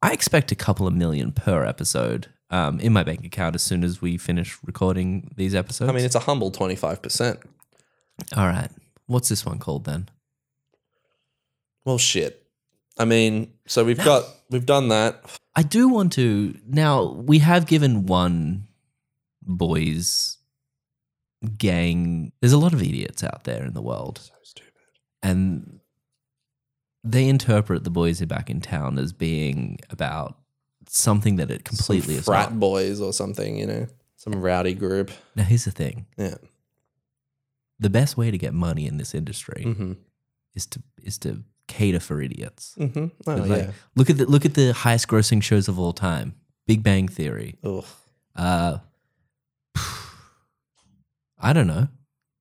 Speaker 3: I expect a couple of million per episode um, in my bank account as soon as we finish recording these episodes.
Speaker 2: I mean, it's a humble twenty-five percent.
Speaker 3: all right. What's this one called then?
Speaker 2: Well, shit. I mean, so we've got we've done that.
Speaker 3: I do want to now. We have given one boys gang. There's a lot of idiots out there in the world, and they interpret the boys who are back in town as being about something that it completely is
Speaker 2: frat
Speaker 3: not.
Speaker 2: boys or something, you know, some rowdy group.
Speaker 3: Now, here's the thing:
Speaker 2: Yeah.
Speaker 3: the best way to get money in this industry
Speaker 2: Mm-hmm.
Speaker 3: is to is to cater for idiots.
Speaker 2: Mm-hmm. Oh,
Speaker 3: Like,
Speaker 2: yeah.
Speaker 3: Look at the look at the highest grossing shows of all time: Big Bang Theory.
Speaker 2: Ugh.
Speaker 3: Uh, I don't know.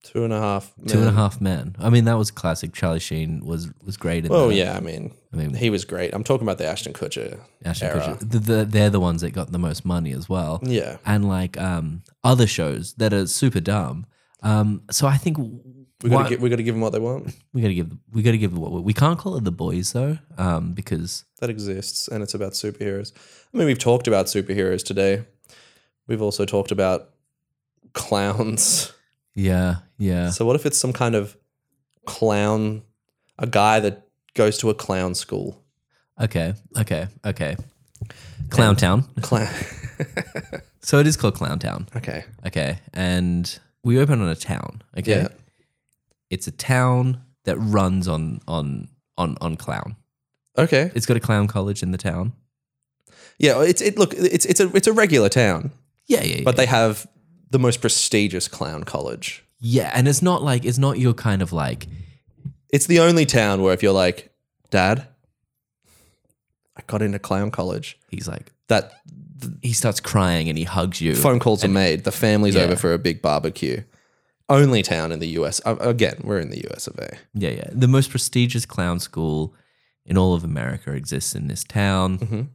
Speaker 2: Two and a half.
Speaker 3: Two and a
Speaker 2: men.
Speaker 3: half men. I mean, that was classic. Charlie Sheen was was great. In
Speaker 2: Well,
Speaker 3: that.
Speaker 2: yeah. I mean,
Speaker 3: I mean,
Speaker 2: he was great. I'm talking about the Ashton Kutcher.
Speaker 3: Ashton
Speaker 2: era.
Speaker 3: Kutcher. The, the, they're the ones that got the most money as well.
Speaker 2: Yeah.
Speaker 3: And like um, other shows that are super dumb. Um, so I think
Speaker 2: We gotta give we gotta give them what they want.
Speaker 3: we gotta give we gotta give what we can't call it the boys though, um, because
Speaker 2: That exists, and it's about superheroes. I mean, we've talked about superheroes today. We've also talked about clowns.
Speaker 3: yeah, yeah,
Speaker 2: So what if it's some kind of clown, a guy that goes to a clown school?
Speaker 3: okay, okay, okay. Clown Town.
Speaker 2: Clown.
Speaker 3: So it is called Clown Town.
Speaker 2: okay.
Speaker 3: Okay. And we open on a town. Okay.
Speaker 2: Yeah.
Speaker 3: It's a town that runs on on on on clown.
Speaker 2: Okay.
Speaker 3: It's got a clown college in the town.
Speaker 2: Yeah. It's it. Look, it's it's a it's a regular town,
Speaker 3: Yeah, yeah, yeah.
Speaker 2: but they have the most prestigious clown college.
Speaker 3: yeah, and it's not like it's not your kind of like
Speaker 2: It's the only town where if you're like, Dad, I got into clown college.
Speaker 3: he's like
Speaker 2: That
Speaker 3: he starts crying and he hugs you.
Speaker 2: phone calls are made. The family's
Speaker 3: Yeah.
Speaker 2: over for a big barbecue. Only town in the U.S. Uh, Again, we're in the U.S. of A.
Speaker 3: Yeah, yeah. The most prestigious clown school in all of America exists in this town.
Speaker 2: Mhm.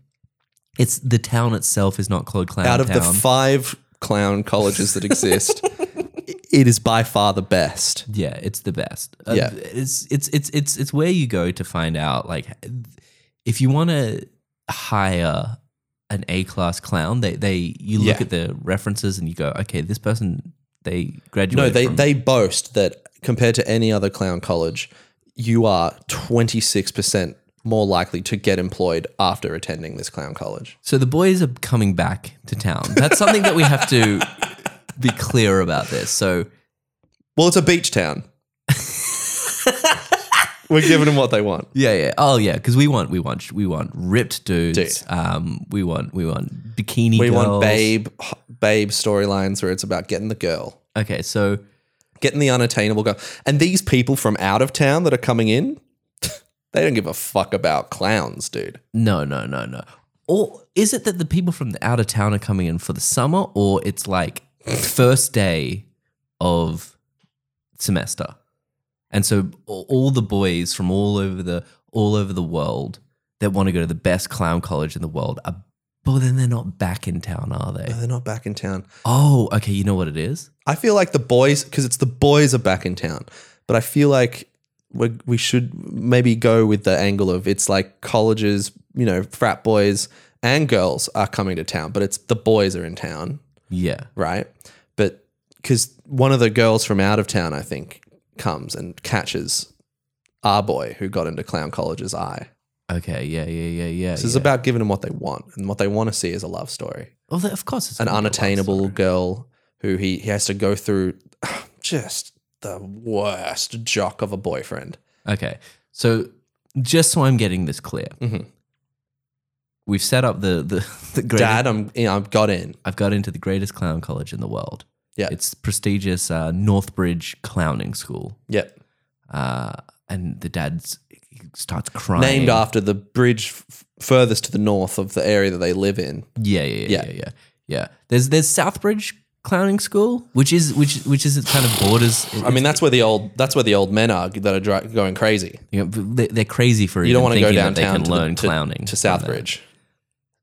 Speaker 3: It's the town itself is not called Clown
Speaker 2: Out of
Speaker 3: Town.
Speaker 2: the five clown colleges that exist, it is by far the best.
Speaker 3: Yeah, it's the best. Uh,
Speaker 2: Yeah.
Speaker 3: it's it's it's it's it's where you go to find out like if you want to hire an A class clown, they they you look
Speaker 2: Yeah.
Speaker 3: at the references and you go, okay, this person they graduated.
Speaker 2: No, they
Speaker 3: from-
Speaker 2: they boast that compared to any other clown college, you are twenty six percent more likely to get employed after attending this clown college.
Speaker 3: So the boys are coming back to town. That's something that we have to be clear about. This so
Speaker 2: Well, it's a beach town. we're giving them what they want.
Speaker 3: yeah yeah oh yeah because we want we want we want ripped dudes.
Speaker 2: Dude.
Speaker 3: Um, we want we want bikini.
Speaker 2: We want
Speaker 3: girls.
Speaker 2: babe babe storylines where it's about getting the girl.
Speaker 3: Okay, so
Speaker 2: getting the unattainable girl. And these people from out of town that are coming in, they don't give a fuck about clowns, dude.
Speaker 3: No, no, no, no. Or is it that the people from the out of town are coming in for the summer, or it's like first day of semester, and so all all the boys from all over the all over the world that want to go to the best clown college in the world are, but then they're not back in town, are
Speaker 2: No,
Speaker 3: they?
Speaker 2: they're not back in town.
Speaker 3: Oh, okay. You know what it is?
Speaker 2: I feel like the boys, because it's the boys are back in town, but I feel like we we should maybe go with the angle of it's like colleges, you know, frat boys and girls are coming to town, but it's the boys are in town,
Speaker 3: Yeah.
Speaker 2: right? But because one of the girls from out of town, I think, comes and catches our boy who got into clown college's eye.
Speaker 3: Okay. Yeah. Yeah. Yeah. Yeah.
Speaker 2: This is
Speaker 3: yeah.
Speaker 2: about giving them what they want, and what they want to see is a love story,
Speaker 3: Oh, that- of course, it's
Speaker 2: an
Speaker 3: gonna be a love
Speaker 2: unattainable
Speaker 3: story.
Speaker 2: girl who he, he has to go through just the worst jock of a boyfriend.
Speaker 3: Okay. So just so I'm getting this clear,
Speaker 2: Mhm.
Speaker 3: we've set up the the, the greatest,
Speaker 2: Dad, I'm you know, I've got in.
Speaker 3: I've got into the greatest clown college in the world.
Speaker 2: Yeah.
Speaker 3: It's prestigious uh, Northbridge Clowning School.
Speaker 2: Yep,
Speaker 3: Uh, and the dad starts crying.
Speaker 2: named after the bridge f- furthest to the north of the area that they live in.
Speaker 3: Yeah, yeah, yeah,
Speaker 2: Yeah.
Speaker 3: yeah, yeah. yeah. There's there's Southbridge Clowning School, which is which which is kind of borders.
Speaker 2: I mean, that's where the old that's where the old men are that are dri- going crazy.
Speaker 3: you know, they- they're crazy for
Speaker 2: You don't
Speaker 3: even
Speaker 2: want to go
Speaker 3: thinking that
Speaker 2: downtown
Speaker 3: They can
Speaker 2: to, the-
Speaker 3: learn
Speaker 2: to-
Speaker 3: clowning
Speaker 2: to
Speaker 3: from there.
Speaker 2: Southbridge.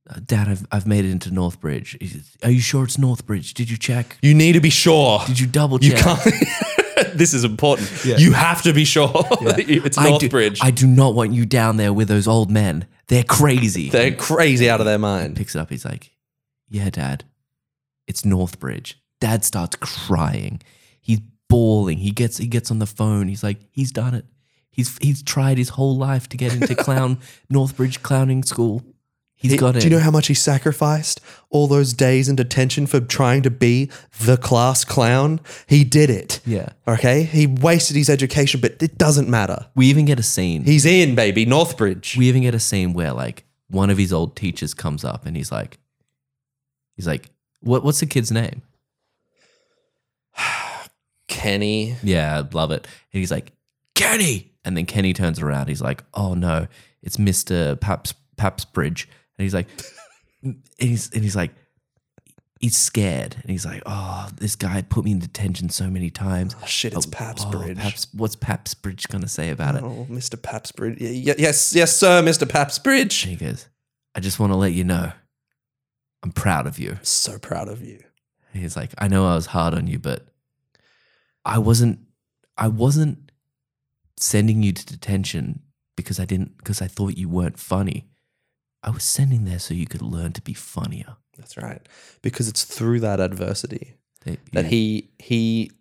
Speaker 3: uh, Dad, I've, I've made it into Northbridge. He says, Are you sure it's Northbridge? Did you check?
Speaker 2: You need to be sure.
Speaker 3: Did you double
Speaker 2: You
Speaker 3: check?
Speaker 2: can't. this is important. You have to be sure that you- it's
Speaker 3: I do,
Speaker 2: Northbridge.
Speaker 3: I do not want you down there with those old men. They're crazy.
Speaker 2: They're crazy out of their mind.
Speaker 3: picks it up. He's like, Yeah, Dad, it's Northbridge. Dad starts crying. He's bawling. He gets he gets on the phone. He's like, He's done it. He's he's tried his whole life to get into clown Northbridge clowning school. He's got it.
Speaker 2: Do you know how much he sacrificed? All those days in detention for trying to be the class clown? He did it.
Speaker 3: Yeah.
Speaker 2: Okay? He wasted his education, but it doesn't matter.
Speaker 3: we even get a scene.
Speaker 2: He's in, baby, Northbridge.
Speaker 3: we even get a scene where like one of his old teachers comes up and he's like, he's like, what what's the kid's name?
Speaker 2: Kenny.
Speaker 3: Yeah, I'd love it. And he's like, Kenny. And then Kenny turns around. He's like, oh no, it's Mr. Paps Papsbridge. And he's like, and he's and he's like, he's scared. And he's like, oh, this guy put me in detention so many times.
Speaker 2: Oh, shit, it's
Speaker 3: Oh,
Speaker 2: Papsbridge.
Speaker 3: Paps- what's Papsbridge gonna say about it?
Speaker 2: Oh, Mr. Papsbridge. Y- y- yes, yes, sir, Mr. Papsbridge.
Speaker 3: And he goes, I just want to let you know, I'm proud of you.
Speaker 2: So proud of you.
Speaker 3: And he's like, I know I was hard on you, but I wasn't I wasn't sending you to detention because I didn't because I thought you weren't funny. I was sending there so you could learn to be funnier.
Speaker 2: That's right. Because it's through that adversity
Speaker 3: That,
Speaker 2: that
Speaker 3: you-
Speaker 2: he he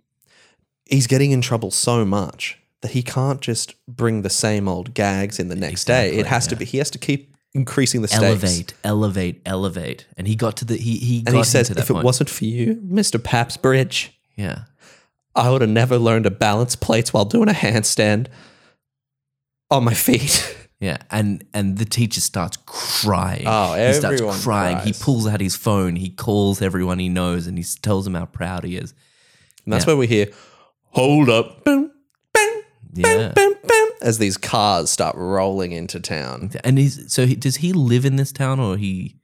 Speaker 2: he's getting in trouble so much that he can't just bring the same old gags in the next day. It
Speaker 3: Exactly,
Speaker 2: has to
Speaker 3: yeah.
Speaker 2: be he has to keep increasing the stakes.
Speaker 3: elevate, elevate, elevate. And he got to the he he got
Speaker 2: And he
Speaker 3: him
Speaker 2: says,
Speaker 3: to that
Speaker 2: if it
Speaker 3: point.
Speaker 2: wasn't for you, Mr. Papsbridge,
Speaker 3: Yeah.
Speaker 2: I would have never learned to balance plates while doing a handstand on my feet.
Speaker 3: Yeah, and and the teacher starts crying.
Speaker 2: Oh,
Speaker 3: he
Speaker 2: everyone
Speaker 3: starts crying. He
Speaker 2: cries.
Speaker 3: pulls out his phone. He calls everyone he knows, and he s- tells them how proud he is.
Speaker 2: And that's
Speaker 3: Yeah.
Speaker 2: where we hear, hold up, boom, bang,
Speaker 3: Yeah,
Speaker 2: boom, boom, as these cars start rolling into town.
Speaker 3: and he's so he, does he live in this town or he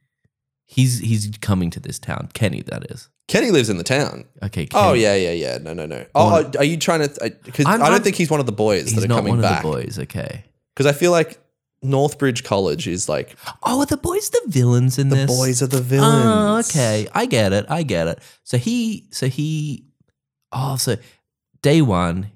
Speaker 3: he's he's coming to this town? Kenny, that is.
Speaker 2: Kenny lives in the town.
Speaker 3: Okay. Kenny,
Speaker 2: Oh yeah, yeah, yeah. No, no, no. Oh, are you trying to? Because I,
Speaker 3: I'm-
Speaker 2: don't
Speaker 3: I'm-
Speaker 2: think he's one of the boys
Speaker 3: he's
Speaker 2: that are
Speaker 3: not
Speaker 2: coming
Speaker 3: one
Speaker 2: back.
Speaker 3: of the boys. Okay.
Speaker 2: Because I feel like Northbridge College is like
Speaker 3: Oh, are the boys the villains in
Speaker 2: the
Speaker 3: this?
Speaker 2: boys are the villains.
Speaker 3: Oh, okay. I get it. I get it. So he, so he, oh, so day one,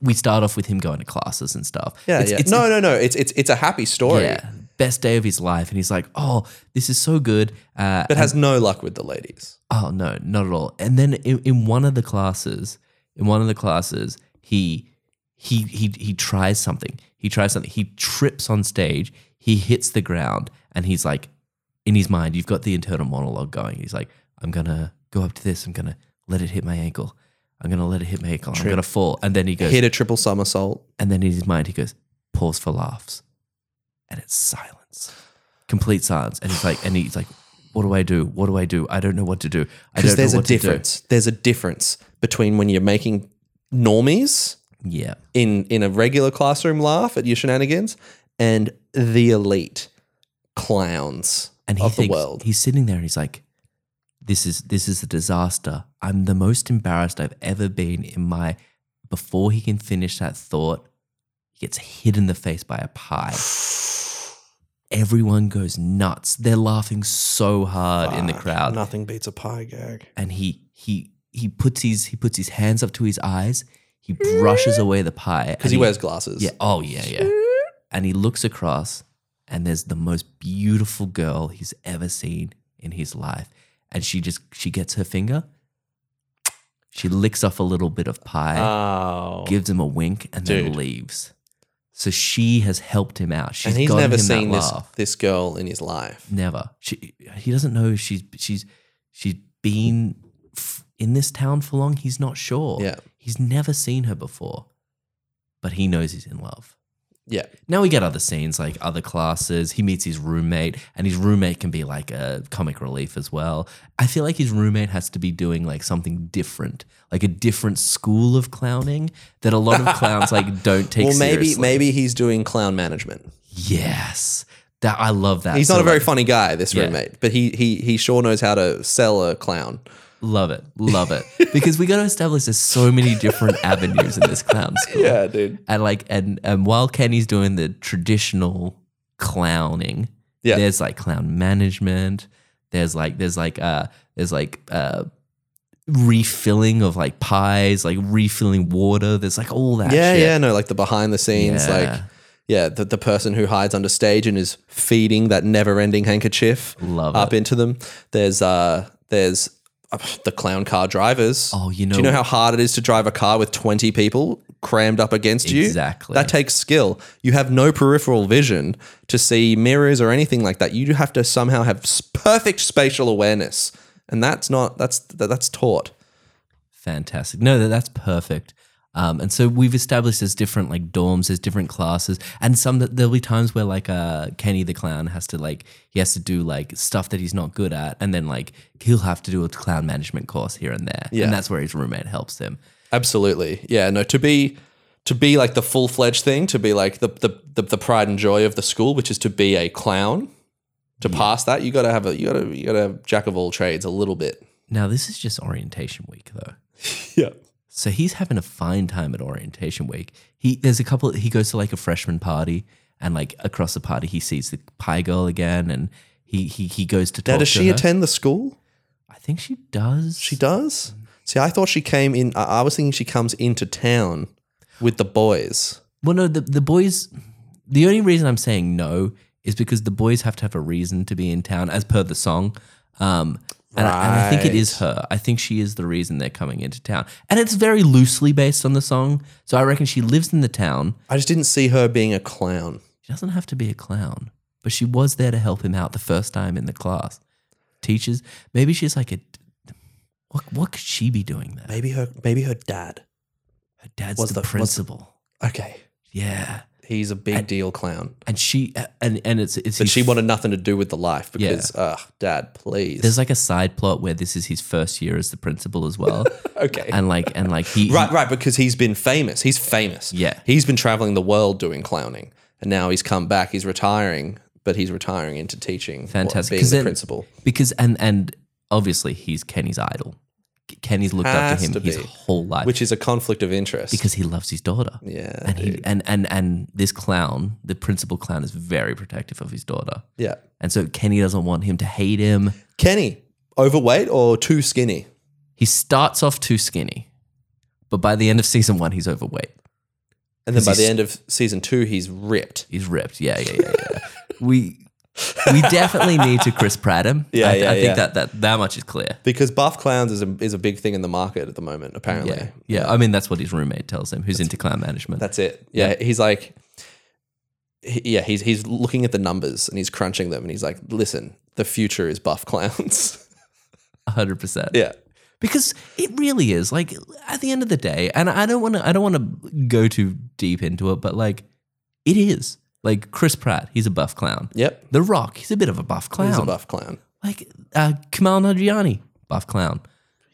Speaker 3: we start off with him going to classes and stuff.
Speaker 2: Yeah,
Speaker 3: It's-
Speaker 2: yeah.
Speaker 3: it's-
Speaker 2: no, no, no. It's it's it's a happy story,
Speaker 3: Yeah. Best day of his life. And he's like, oh, this is so good. Uh,
Speaker 2: but has no luck with the ladies.
Speaker 3: oh, no, not at all. And then in, in one of the classes, in one of the classes, he, he, he, he tries something. He tries something. He trips on stage. He hits the ground and he's like, in his mind, you've got the internal monologue going. He's like, I'm going to go up to this. I'm going to let it hit my ankle. I'm going to let it hit my ankle. I'm
Speaker 2: Trip.
Speaker 3: going to fall. And then he goes,
Speaker 2: Hit a triple somersault.
Speaker 3: and then in his mind, he goes, pause for laughs. And it's silence, complete silence. And he's like, and he's like, what do I do? What do I do? I don't know what to do. I
Speaker 2: Because
Speaker 3: don't
Speaker 2: there's
Speaker 3: know
Speaker 2: a
Speaker 3: what to do."
Speaker 2: difference. There's a difference between when you're making normies
Speaker 3: Yeah.
Speaker 2: in in a regular classroom laugh at your shenanigans and the elite clowns
Speaker 3: And he
Speaker 2: of
Speaker 3: thinks,
Speaker 2: the world.
Speaker 3: he's sitting there and he's like, this is, this is a disaster. I'm the most embarrassed I've ever been in my, before he can finish that thought, he gets hit in the face by a pie. Everyone goes nuts. They're laughing so hard in the crowd.
Speaker 2: Nothing beats a pie gag.
Speaker 3: and he he he puts his he puts his hands up to his eyes. He brushes away the pie
Speaker 2: Because he wears glasses.
Speaker 3: Yeah. Oh yeah, yeah. And he looks across, and there's the most beautiful girl he's ever seen in his life, and she just she gets her finger. She licks off a little bit of pie,
Speaker 2: Oh.
Speaker 3: gives him a wink, and then
Speaker 2: Dude.
Speaker 3: leaves. So she has helped him out. She's
Speaker 2: and he's
Speaker 3: gotten
Speaker 2: never
Speaker 3: him
Speaker 2: seen
Speaker 3: that
Speaker 2: this,
Speaker 3: laugh.
Speaker 2: this girl in his life.
Speaker 3: Never. She, he doesn't know she's she's she's been f- in this town for long. He's not sure.
Speaker 2: Yeah.
Speaker 3: He's never seen her before, but he knows he's in love.
Speaker 2: Yeah.
Speaker 3: Now we get other scenes like other classes. He meets his roommate, and his roommate can be like a comic relief as well. I feel like his roommate has to be doing like something different, like a different school of clowning that a lot of clowns like don't take.
Speaker 2: well, maybe
Speaker 3: seriously.
Speaker 2: maybe he's doing clown management.
Speaker 3: yes, that I love that.
Speaker 2: He's not
Speaker 3: So,
Speaker 2: a very
Speaker 3: like,
Speaker 2: funny guy, this
Speaker 3: Yeah.
Speaker 2: roommate, but he he he sure knows how to sell a clown.
Speaker 3: Love it. Love it. because we got to establish there's so many different avenues in this clown school.
Speaker 2: dude.
Speaker 3: And like, and, and while Kenny's doing the traditional clowning,
Speaker 2: Yeah.
Speaker 3: There's like clown management. There's like there's like uh there's like uh refilling of like pies, like refilling water. There's like all that
Speaker 2: yeah,
Speaker 3: shit.
Speaker 2: yeah, no, like the behind the scenes,
Speaker 3: Yeah.
Speaker 2: like yeah, the, the person who hides under stage and is feeding that never-ending handkerchief
Speaker 3: Love
Speaker 2: up
Speaker 3: it.
Speaker 2: into them. There's uh, there's uh, the clown car drivers.
Speaker 3: Oh, you
Speaker 2: do you
Speaker 3: know-
Speaker 2: know how hard it is to drive a car with twenty people crammed up against you?
Speaker 3: Exactly.
Speaker 2: That takes skill. You have no peripheral vision to see mirrors or anything like that. You have to somehow have s- perfect spatial awareness, and that's not that's that, that's taught.
Speaker 3: Fantastic. No, that- that's perfect. Um, and so we've established there's different like dorms, there's different classes, and some that there'll be times where like uh, Kenny the clown has to like he has to do like stuff that he's not good at, and then like he'll have to do a clown management course here and there,
Speaker 2: Yeah.
Speaker 3: and that's where his roommate helps him.
Speaker 2: Absolutely. Yeah, no, to be to be like the full fledged thing, to be like the, the the the pride and joy of the school, which is to be a clown. To pass that, you gotta have a you gotta you gotta have jack of all trades a little bit.
Speaker 3: Now this is just orientation week though.
Speaker 2: Yeah.
Speaker 3: So he's having a fine time at orientation week. He there's a couple. He goes to like a freshman party, and like across the party, he sees the pie girl again, and he he he goes to talk
Speaker 2: Now does
Speaker 3: to
Speaker 2: she
Speaker 3: her.
Speaker 2: attend the school?
Speaker 3: I think she does.
Speaker 2: She does? See, I thought she came in I, I was thinking she comes into town with the boys.
Speaker 3: Well, no, the, the boys. The only reason I'm saying no is because the boys have to have a reason to be in town, as per the song. Um, and, I, and I think it is her. I think she is the reason they're coming into town, and it's very loosely based on the song. So I reckon she lives in the town.
Speaker 2: I just didn't see her being a clown.
Speaker 3: She doesn't have to be a clown, but she was there to help him out the first time in the class. Teachers, maybe she's like a. What what could she be doing there?
Speaker 2: Maybe her maybe her dad.
Speaker 3: Her dad's
Speaker 2: What's
Speaker 3: the,
Speaker 2: the- what's-
Speaker 3: principal.
Speaker 2: Okay.
Speaker 3: yeah,
Speaker 2: He's a big deal clown.
Speaker 3: and she and and it's it's
Speaker 2: But
Speaker 3: his
Speaker 2: she wanted nothing to do with the life because ugh, dad, please.
Speaker 3: There's like a side plot where this is his first year as the principal as well.
Speaker 2: Okay.
Speaker 3: And like and like he
Speaker 2: Right, right, because he's been famous. He's famous.
Speaker 3: Yeah.
Speaker 2: He's been traveling the world doing clowning. And now he's come back. He's retiring, but he's retiring into teaching. what-
Speaker 3: Fantastic.
Speaker 2: Being
Speaker 3: 'Cause
Speaker 2: the
Speaker 3: then-
Speaker 2: principal.
Speaker 3: because and and obviously he's Kenny's idol. Kenny's looked up
Speaker 2: Has
Speaker 3: to him
Speaker 2: to
Speaker 3: his
Speaker 2: be.
Speaker 3: whole life.
Speaker 2: Which is a conflict of interest.
Speaker 3: because he loves his daughter.
Speaker 2: Yeah,
Speaker 3: And he and, and and this clown, the principal clown, is very protective of his daughter.
Speaker 2: yeah.
Speaker 3: And so Kenny doesn't want him to hate him.
Speaker 2: Kenny, overweight or too skinny?
Speaker 3: He starts off too skinny, but by the end of season one, he's overweight.
Speaker 2: And then by
Speaker 3: he's-
Speaker 2: the end of season two, he's ripped.
Speaker 3: He's ripped. Yeah, yeah, yeah, yeah. we we definitely need to Chris Pratt him.
Speaker 2: Yeah,
Speaker 3: I, th-
Speaker 2: yeah,
Speaker 3: I think
Speaker 2: yeah.
Speaker 3: that that that much is clear.
Speaker 2: Because buff clowns is a, is a big thing in the market at the moment, apparently.
Speaker 3: Yeah, yeah. I mean, that's what his roommate tells him, who's into clown management.
Speaker 2: That's it. Yeah, he's like, he- yeah, he's he's looking at the numbers and he's crunching them and he's like, listen, the future is buff clowns.
Speaker 3: hundred percent.
Speaker 2: yeah,
Speaker 3: because it really is like at the end of the day, and I don't want to. I don't want to go too deep into it, but like, it is like Chris Pratt. He's a buff clown.
Speaker 2: yep.
Speaker 3: The Rock. He's a bit of a buff clown.
Speaker 2: He's a buff clown,
Speaker 3: Like uh, Kamal Nanjiani, buff clown.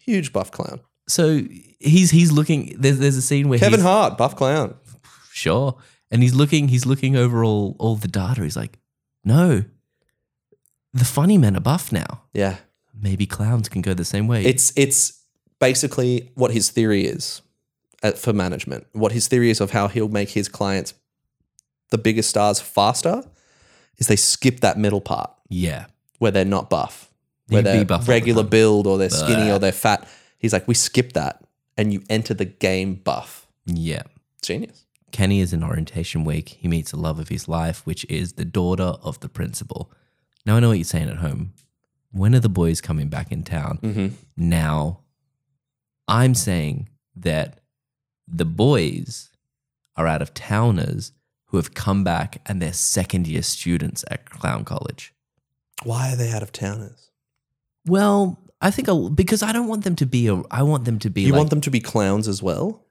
Speaker 2: huge buff clown.
Speaker 3: So he's he's looking. There's there's a scene where
Speaker 2: Kevin
Speaker 3: he's,
Speaker 2: Hart, buff clown.
Speaker 3: sure. And he's looking, he's looking over all, all the data. He's like, no, the funny men are buff now.
Speaker 2: Yeah,
Speaker 3: Maybe clowns can go the same way.
Speaker 2: it's it's basically what his theory is at, for management. What his theory is of how he'll make his clients the biggest stars faster is they skip that middle part
Speaker 3: yeah.
Speaker 2: where they're not buff, where
Speaker 3: You'd be
Speaker 2: they're
Speaker 3: buff all the
Speaker 2: regular
Speaker 3: time.
Speaker 2: build or they're skinny or they're fat. He's like, we skip that and you enter the game buff.
Speaker 3: Yeah.
Speaker 2: Genius.
Speaker 3: Kenny is in orientation week. He meets the love of his life, which is the daughter of the principal. Now I know what you're saying at home. When are the boys coming back in town?
Speaker 2: Mm-hmm.
Speaker 3: Now, I'm saying that the boys are out of towners who have come back and they're second year students at Clown College.
Speaker 2: Why are they out of towners?
Speaker 3: Well, I think I'll, because I don't want them to be. A, I want them to be.
Speaker 2: You
Speaker 3: like,
Speaker 2: want them to be clowns as well?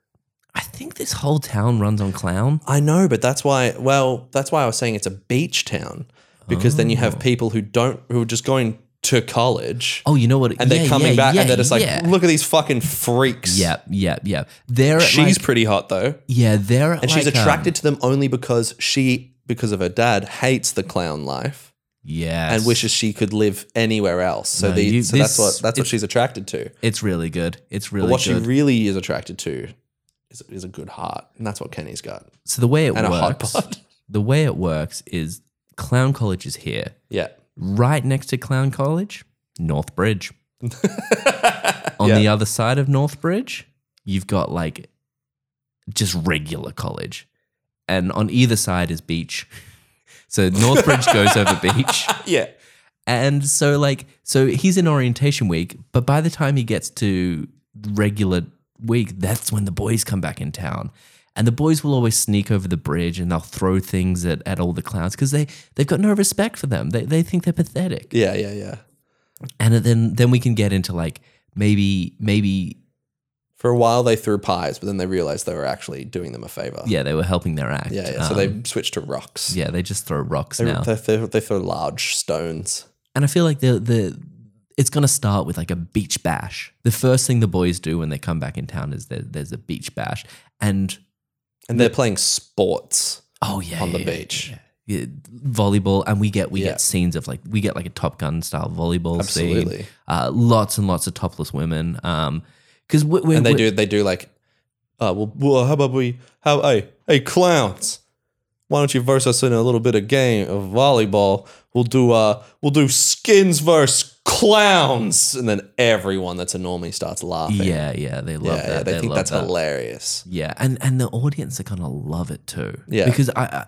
Speaker 3: I think this whole town runs on clown.
Speaker 2: I know, but that's why. Well, that's why I was saying it's a beach town because then you have people who don't who are just going to college
Speaker 3: Oh, you know what?
Speaker 2: and they're
Speaker 3: Yeah,
Speaker 2: coming
Speaker 3: yeah,
Speaker 2: back
Speaker 3: yeah,
Speaker 2: and they're just like,
Speaker 3: yeah.
Speaker 2: look at these fucking freaks.
Speaker 3: yeah, yeah, yeah. They're at,
Speaker 2: she's
Speaker 3: like,
Speaker 2: pretty hot though,
Speaker 3: yeah, they're at,
Speaker 2: and she's
Speaker 3: like, um,
Speaker 2: attracted to them only because she because of her dad hates the clown life.
Speaker 3: yes,
Speaker 2: and wishes she could live anywhere else. So,
Speaker 3: No,
Speaker 2: the,
Speaker 3: you-
Speaker 2: so that's
Speaker 3: this-
Speaker 2: what that's what
Speaker 3: it-
Speaker 2: she's attracted to.
Speaker 3: It's really good. It's
Speaker 2: But
Speaker 3: really
Speaker 2: what
Speaker 3: good.
Speaker 2: she really is attracted to is, is a good heart, and that's what Kenny's got.
Speaker 3: so the way it
Speaker 2: and a hot
Speaker 3: works,
Speaker 2: pot.
Speaker 3: the way it works is Clown College is here.
Speaker 2: Yeah.
Speaker 3: Right next to Clown College, North Bridge. On the other side of North Bridge, you've got like just regular college. And on either side is beach. So North Bridge goes over beach.
Speaker 2: Yeah.
Speaker 3: And so like so he's in orientation week, but by the time he gets to regular week, that's when the boys come back in town. And the boys will always sneak over the bridge and they'll throw things at, at all the clowns because they, they've got no respect for them. They, they think they're pathetic
Speaker 2: Yeah. Yeah. Yeah.
Speaker 3: and then then we can get into like maybe maybe
Speaker 2: For a while, they threw pies, but then they realized they were actually doing them a favor.
Speaker 3: yeah they were helping their act
Speaker 2: Yeah. yeah. So
Speaker 3: Um,
Speaker 2: they switched to rocks.
Speaker 3: yeah they just throw rocks
Speaker 2: They,
Speaker 3: now
Speaker 2: they, throw- they throw large stones.
Speaker 3: and I feel like the the it's gonna start with like a beach bash the first thing the boys do when they come back in town is there, there's a beach bash and
Speaker 2: And they're playing sports.
Speaker 3: oh yeah
Speaker 2: On the
Speaker 3: yeah,
Speaker 2: beach.
Speaker 3: yeah, yeah. Yeah, volleyball and we get we
Speaker 2: Yeah.
Speaker 3: get scenes of like we get like a Top Gun style volleyball
Speaker 2: Absolutely.
Speaker 3: scene uh, lots and lots of topless women um because we, we,
Speaker 2: and they
Speaker 3: we-
Speaker 2: do they do like uh well, well how about we how hey hey clowns why don't you verse us in a little bit of game of volleyball we'll do uh we'll do skins versus clowns and then everyone that's a normie starts laughing
Speaker 3: yeah yeah they love
Speaker 2: yeah,
Speaker 3: that
Speaker 2: yeah they, think
Speaker 3: love
Speaker 2: that's
Speaker 3: that.
Speaker 2: hilarious
Speaker 3: Yeah, and and the audience are gonna love it too.
Speaker 2: Yeah.
Speaker 3: because I, I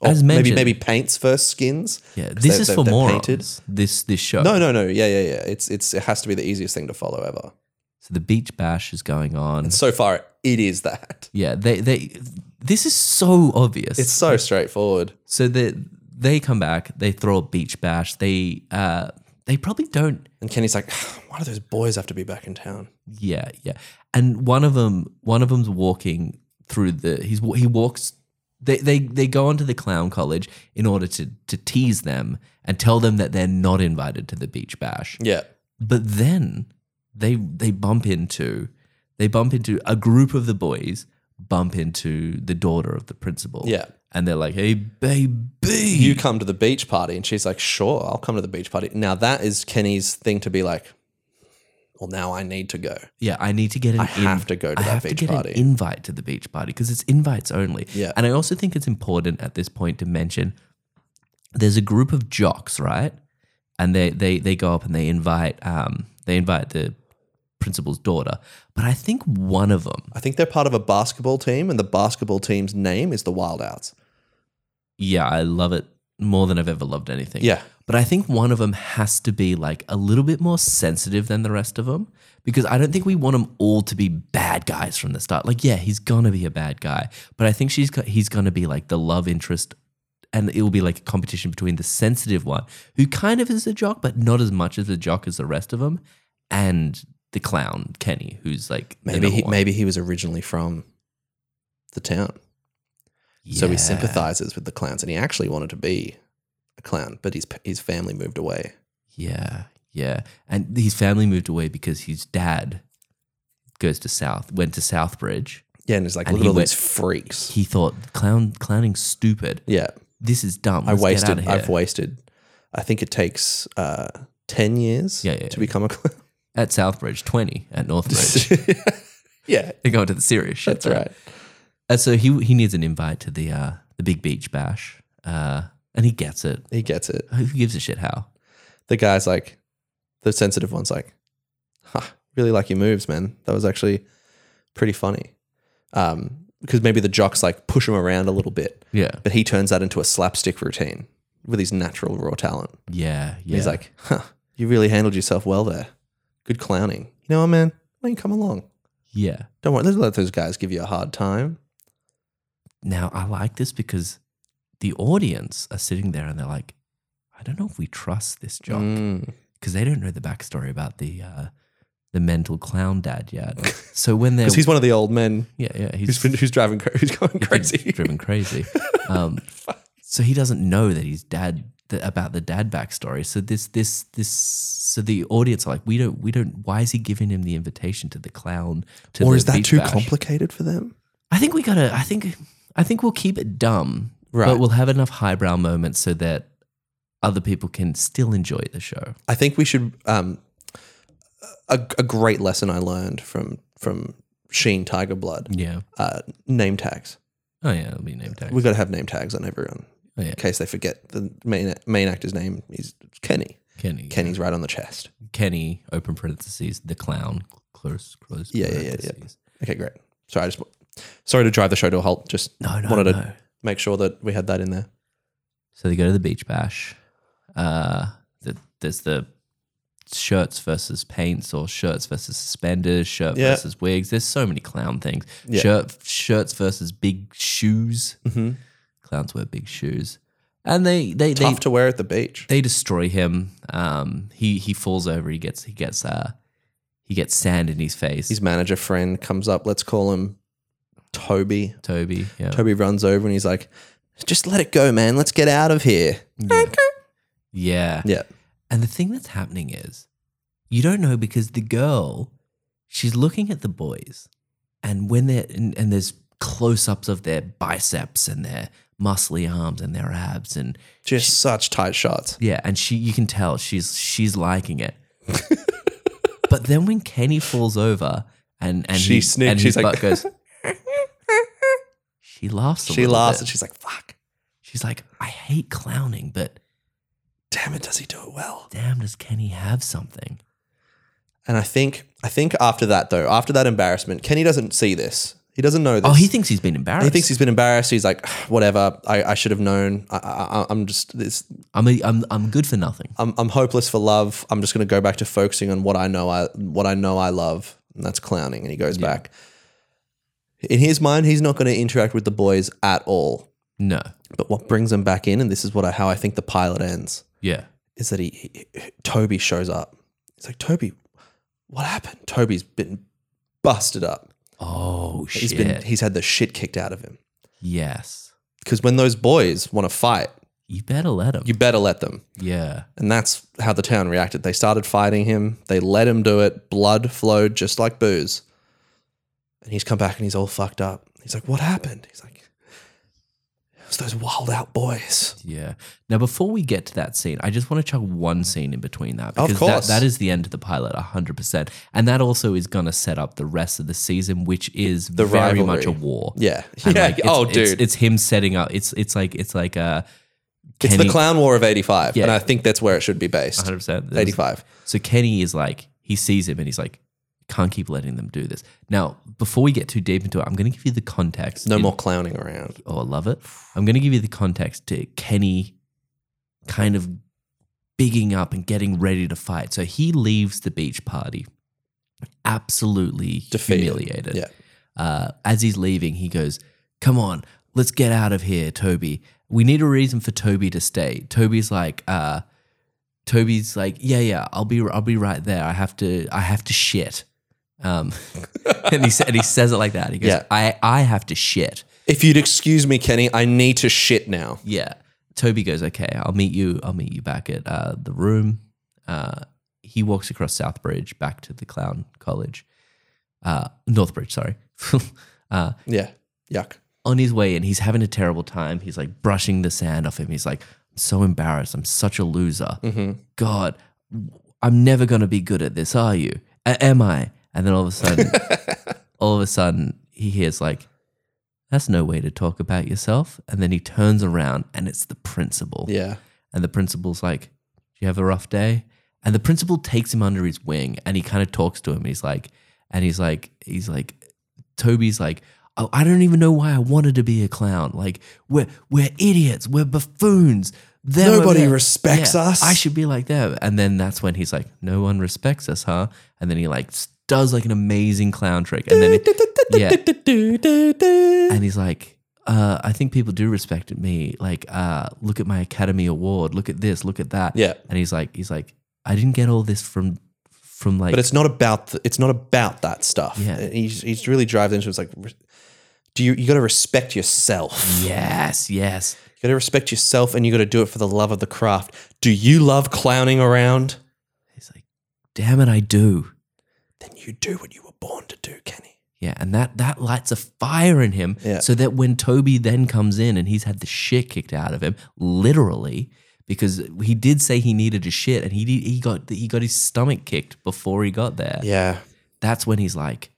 Speaker 2: Or
Speaker 3: as mentioned,
Speaker 2: maybe maybe paints versus skins
Speaker 3: yeah,
Speaker 2: 'cause
Speaker 3: this
Speaker 2: they-
Speaker 3: is
Speaker 2: they-
Speaker 3: for
Speaker 2: they're
Speaker 3: morons.
Speaker 2: painted.
Speaker 3: This this show.
Speaker 2: no no no yeah yeah yeah it's it's it has to be the easiest thing to follow ever
Speaker 3: So the beach bash is going on.
Speaker 2: and so far it is that
Speaker 3: yeah, they they. This is so obvious.
Speaker 2: it's so straightforward
Speaker 3: so that they come back, they throw a beach bash. They uh they probably don't.
Speaker 2: and kenny's like why do those boys have to be back in town
Speaker 3: Yeah, yeah. And one of them, one of them's walking through the. He's wa- he walks. They, they they go onto the clown college in order to to tease them and tell them that they're not invited to the beach bash.
Speaker 2: yeah
Speaker 3: But then they they bump into they bump into a group of the boys bump into the daughter of the principal.
Speaker 2: Yeah.
Speaker 3: And they're like, "Hey, baby,
Speaker 2: you come to the beach party and she's like sure i'll come to the beach party now that is kenny's thing to be like well now i need to go
Speaker 3: yeah, I need to get an
Speaker 2: I have to go to
Speaker 3: I
Speaker 2: that
Speaker 3: have
Speaker 2: beach
Speaker 3: to get
Speaker 2: party."
Speaker 3: an invite to the beach party because it's invites only.
Speaker 2: Yeah.
Speaker 3: And I also think it's important at this point to mention there's a group of jocks, right? And they they they go up and they invite um they invite the principal's daughter. But I think one of them
Speaker 2: i think they're part of a basketball team and the basketball team's name is the wild outs
Speaker 3: yeah, I love it more than I've ever loved anything.
Speaker 2: Yeah.
Speaker 3: But I think one of them has to be like a little bit more sensitive than the rest of them because I don't think we want them all to be bad guys from the start. Like, yeah, he's gonna be a bad guy, but I think she's go- he's gonna be like the love interest, and it will be like a competition between the sensitive one who kind of is a jock, but not as much as a jock as the rest of them, and the clown Kenny, who's like the
Speaker 2: maybe
Speaker 3: number
Speaker 2: he,
Speaker 3: one.
Speaker 2: maybe he was originally from the town so he
Speaker 3: Yeah.
Speaker 2: sympathizes with the clowns and he actually wanted to be a clown but his his family moved away
Speaker 3: Yeah, yeah. And his family moved away because his dad goes to South, went to Southbridge.
Speaker 2: yeah and he's like
Speaker 3: And
Speaker 2: look
Speaker 3: he
Speaker 2: at all
Speaker 3: went-
Speaker 2: these freaks
Speaker 3: He thought clown clowning's stupid.
Speaker 2: yeah
Speaker 3: This is dumb.
Speaker 2: i
Speaker 3: Let's get out
Speaker 2: wasted
Speaker 3: of
Speaker 2: i've
Speaker 3: here."
Speaker 2: wasted i think it takes uh 10 years
Speaker 3: Yeah, yeah,
Speaker 2: to
Speaker 3: yeah.
Speaker 2: become a clown
Speaker 3: at Southbridge, twenty at Northbridge.
Speaker 2: yeah,
Speaker 3: They're going to the serious shit.
Speaker 2: that's
Speaker 3: though.
Speaker 2: right.
Speaker 3: And so he he needs an invite to the uh, the big beach bash, uh, and he gets it.
Speaker 2: He gets it.
Speaker 3: Who gives a shit how?
Speaker 2: The guy's like, the sensitive one's like, huh, really like your moves, man. That was actually pretty funny. Um, because maybe the jocks like push him around a little bit,
Speaker 3: Yeah,
Speaker 2: but he turns that into a slapstick routine with his natural raw talent.
Speaker 3: yeah, yeah.
Speaker 2: And He's like, huh, you really handled yourself well there. Good clowning. You know what, man? Why don't you come along?
Speaker 3: yeah.
Speaker 2: Don't worry, let's let those guys give you a hard time.
Speaker 3: Now I like this because the audience are sitting there and they're like, I don't know if we trust this jock.
Speaker 2: Mm.
Speaker 3: because they don't know the backstory about the uh, the mental clown dad yet. So when they're
Speaker 2: 'Cause he's one of the old men
Speaker 3: yeah yeah
Speaker 2: who's, been, who's driving, cra- who's going
Speaker 3: he's
Speaker 2: crazy.
Speaker 3: driven crazy. Um, so he doesn't know that he's dad that, about the dad backstory. So this this this so the audience are like we don't we don't why is he giving him the invitation to the clown to
Speaker 2: or
Speaker 3: the
Speaker 2: is that
Speaker 3: beach
Speaker 2: too
Speaker 3: bash?
Speaker 2: complicated for them?
Speaker 3: I think we gotta. I think I think we'll keep it dumb,
Speaker 2: Right.
Speaker 3: but we'll have enough highbrow moments so that other people can still enjoy the show.
Speaker 2: I think we should. Um, a, a great lesson I learned from from Sheen Tiger Blood.
Speaker 3: Yeah.
Speaker 2: Uh, name tags.
Speaker 3: Oh yeah, it'll be name tag.
Speaker 2: We got to have name tags on everyone.
Speaker 3: Oh, Yeah.
Speaker 2: in case they forget the main main actor's name is Kenny.
Speaker 3: Kenny.
Speaker 2: Kenny's right on the chest.
Speaker 3: Kenny, open parentheses, the clown, close, close
Speaker 2: Yeah, yeah, yeah, yeah.
Speaker 3: parentheses.
Speaker 2: Okay, great. Sorry, I just sorry to drive the show to a halt. Just
Speaker 3: No, no,
Speaker 2: wanted
Speaker 3: no.
Speaker 2: to make sure that we had that in there.
Speaker 3: So they go to the beach bash. Uh, the, there's the shirts versus paints, or shirts versus suspenders, shirt
Speaker 2: Yeah.
Speaker 3: versus wigs. There's so many clown things.
Speaker 2: Yeah.
Speaker 3: Shirt shirts versus big shoes.
Speaker 2: Mhm.
Speaker 3: Clowns wear big shoes, and they they
Speaker 2: Tough
Speaker 3: they,
Speaker 2: to wear at the beach.
Speaker 3: they destroy him. Um, he he falls over. He gets he gets uh he gets sand in his face.
Speaker 2: His manager friend comes up. Let's call him Toby.
Speaker 3: Toby. Yeah.
Speaker 2: Toby runs over and he's like, "Just let it go, man. Let's get out of here."
Speaker 3: Yeah.
Speaker 2: Yeah.
Speaker 3: And the thing that's happening is you don't know because the girl, she's looking at the boys, and when they're and, and there's close ups of their biceps and their muscly arms and their abs and
Speaker 2: Just such tight shots.
Speaker 3: yeah, and she you can tell she's she's liking it. but then when Kenny falls over and and
Speaker 2: She
Speaker 3: he-
Speaker 2: snicks,
Speaker 3: and
Speaker 2: she's
Speaker 3: his
Speaker 2: like-
Speaker 3: butt goes, she laughs. A
Speaker 2: She
Speaker 3: little
Speaker 2: laughs
Speaker 3: bit.
Speaker 2: and she's like, "Fuck,
Speaker 3: she's like, I hate clowning, but
Speaker 2: damn it, does he do it well?"
Speaker 3: damn, does Kenny have something?
Speaker 2: And I think I think after that though, after that embarrassment, Kenny doesn't see this. He doesn't know this.
Speaker 3: Oh, he thinks he's been embarrassed.
Speaker 2: he thinks he's been embarrassed. He's like, "Ah, whatever. I, I should have known. I, I, I'm just this.
Speaker 3: I'm a, I'm I'm good for nothing.
Speaker 2: I'm, I'm hopeless for love. I'm just going to go back to focusing on what I know. I what I know I love, and that's clowning. And he goes back. In his mind, he's not going to interact with the boys at all.
Speaker 3: No.
Speaker 2: But what brings him back in, and this is what I, how I think the pilot ends,
Speaker 3: Yeah.
Speaker 2: is that he, he- Toby shows up. He's like, Toby, what happened? Toby's been busted up.
Speaker 3: Oh shit.
Speaker 2: He's been he's had the shit kicked out of him.
Speaker 3: yes.
Speaker 2: Because when those boys want to fight,
Speaker 3: You better let him.
Speaker 2: you better let them.
Speaker 3: yeah.
Speaker 2: And that's how the town reacted. They started fighting him. They let him do it. Blood flowed just like booze. And he's come back and he's all fucked up. He's like, What happened? He's like, It was those wild out boys.
Speaker 3: Yeah. Now before we get to that scene, I just want to chuck one scene in between that
Speaker 2: Of
Speaker 3: because
Speaker 2: course.
Speaker 3: That, that is the end of the pilot 100%. And that also is going to set up the rest of the season which is
Speaker 2: The
Speaker 3: very
Speaker 2: rivalry.
Speaker 3: much a war.
Speaker 2: Yeah.
Speaker 3: And,
Speaker 2: yeah.
Speaker 3: like, it's-
Speaker 2: oh,
Speaker 3: it's-
Speaker 2: dude. It's,
Speaker 3: It's, him setting up it's it's like it's like uh
Speaker 2: the clown war of 85. And
Speaker 3: Yeah.
Speaker 2: I think that's where it should be based.
Speaker 3: 100%. There's-
Speaker 2: 85.
Speaker 3: So Kenny is like, he sees him and he's like, can't keep letting them do this. Now, before we get too deep into it, I'm going to give you the context.
Speaker 2: No
Speaker 3: in-
Speaker 2: more clowning around.
Speaker 3: Oh, I love it. I'm going to give you the context to Kenny kind of bigging up and getting ready to fight. So he leaves the beach party absolutely
Speaker 2: Defeated.
Speaker 3: humiliated.
Speaker 2: Yeah.
Speaker 3: Uh, as he's leaving, he goes, Come on, let's get out of here, Toby. We need a reason for Toby to stay. Toby's like, uh, Toby's like, yeah, yeah, I'll be, I'll be right there. I have to, I have to shit. Um, and he sa- and he says it like that. He goes,
Speaker 2: Yeah.
Speaker 3: I, I have to shit.
Speaker 2: If you'd excuse me, Kenny, I need to shit now.
Speaker 3: Yeah. Toby goes, okay, I'll meet you. I'll meet you back at uh, the room. Uh, he walks across Southbridge back to the clown college, uh, Northbridge, sorry. uh,
Speaker 2: Yeah. Yuck.
Speaker 3: on his way in, he's having a terrible time. He's like brushing the sand off him. He's like, I'm so embarrassed. I'm such a loser.
Speaker 2: Mm-hmm.
Speaker 3: God, I'm never going to be good at this, are you? A- am I? And then all of a sudden, all of a sudden, he hears like, that's no way to talk about yourself. And then he turns around and it's the principal.
Speaker 2: Yeah.
Speaker 3: And the principal's like, Do you have a rough day? And the principal takes him under his wing and he kind of talks to him. He's like, and he's like, he's like, Toby's like, oh, I don't even know why I wanted to be a clown. Like, we're we're idiots, we're buffoons. Them over
Speaker 2: Nobody
Speaker 3: there-
Speaker 2: respects us."
Speaker 3: I should be like them. And then that's when he's like, No one respects us, huh? And then he like s- does like an amazing clown trick. And then he, yeah, and he's like, uh, I think people do respect me. Like, uh, look at my Academy Award. Look at this. Look at that.
Speaker 2: Yeah.
Speaker 3: And he's like, he's like, I didn't get all this from, from like,
Speaker 2: but it's not about the, it's not about that stuff.
Speaker 3: Yeah.
Speaker 2: And he's, he's really drives into it. it's like, re- do you you got to respect yourself?
Speaker 3: yes, yes.
Speaker 2: You got to respect yourself, and you got to do it for the love of the craft. Do you love clowning around?
Speaker 3: He's like, damn it, I do.
Speaker 2: Then you do what you were born to do, Kenny.
Speaker 3: Yeah. And that that lights a fire in him,
Speaker 2: Yeah.
Speaker 3: so that when Toby then comes in and he's had the shit kicked out of him, literally. Because he did say he needed a shit, and he did, he got he got his stomach kicked before he got there.
Speaker 2: Yeah,
Speaker 3: that's when he's like,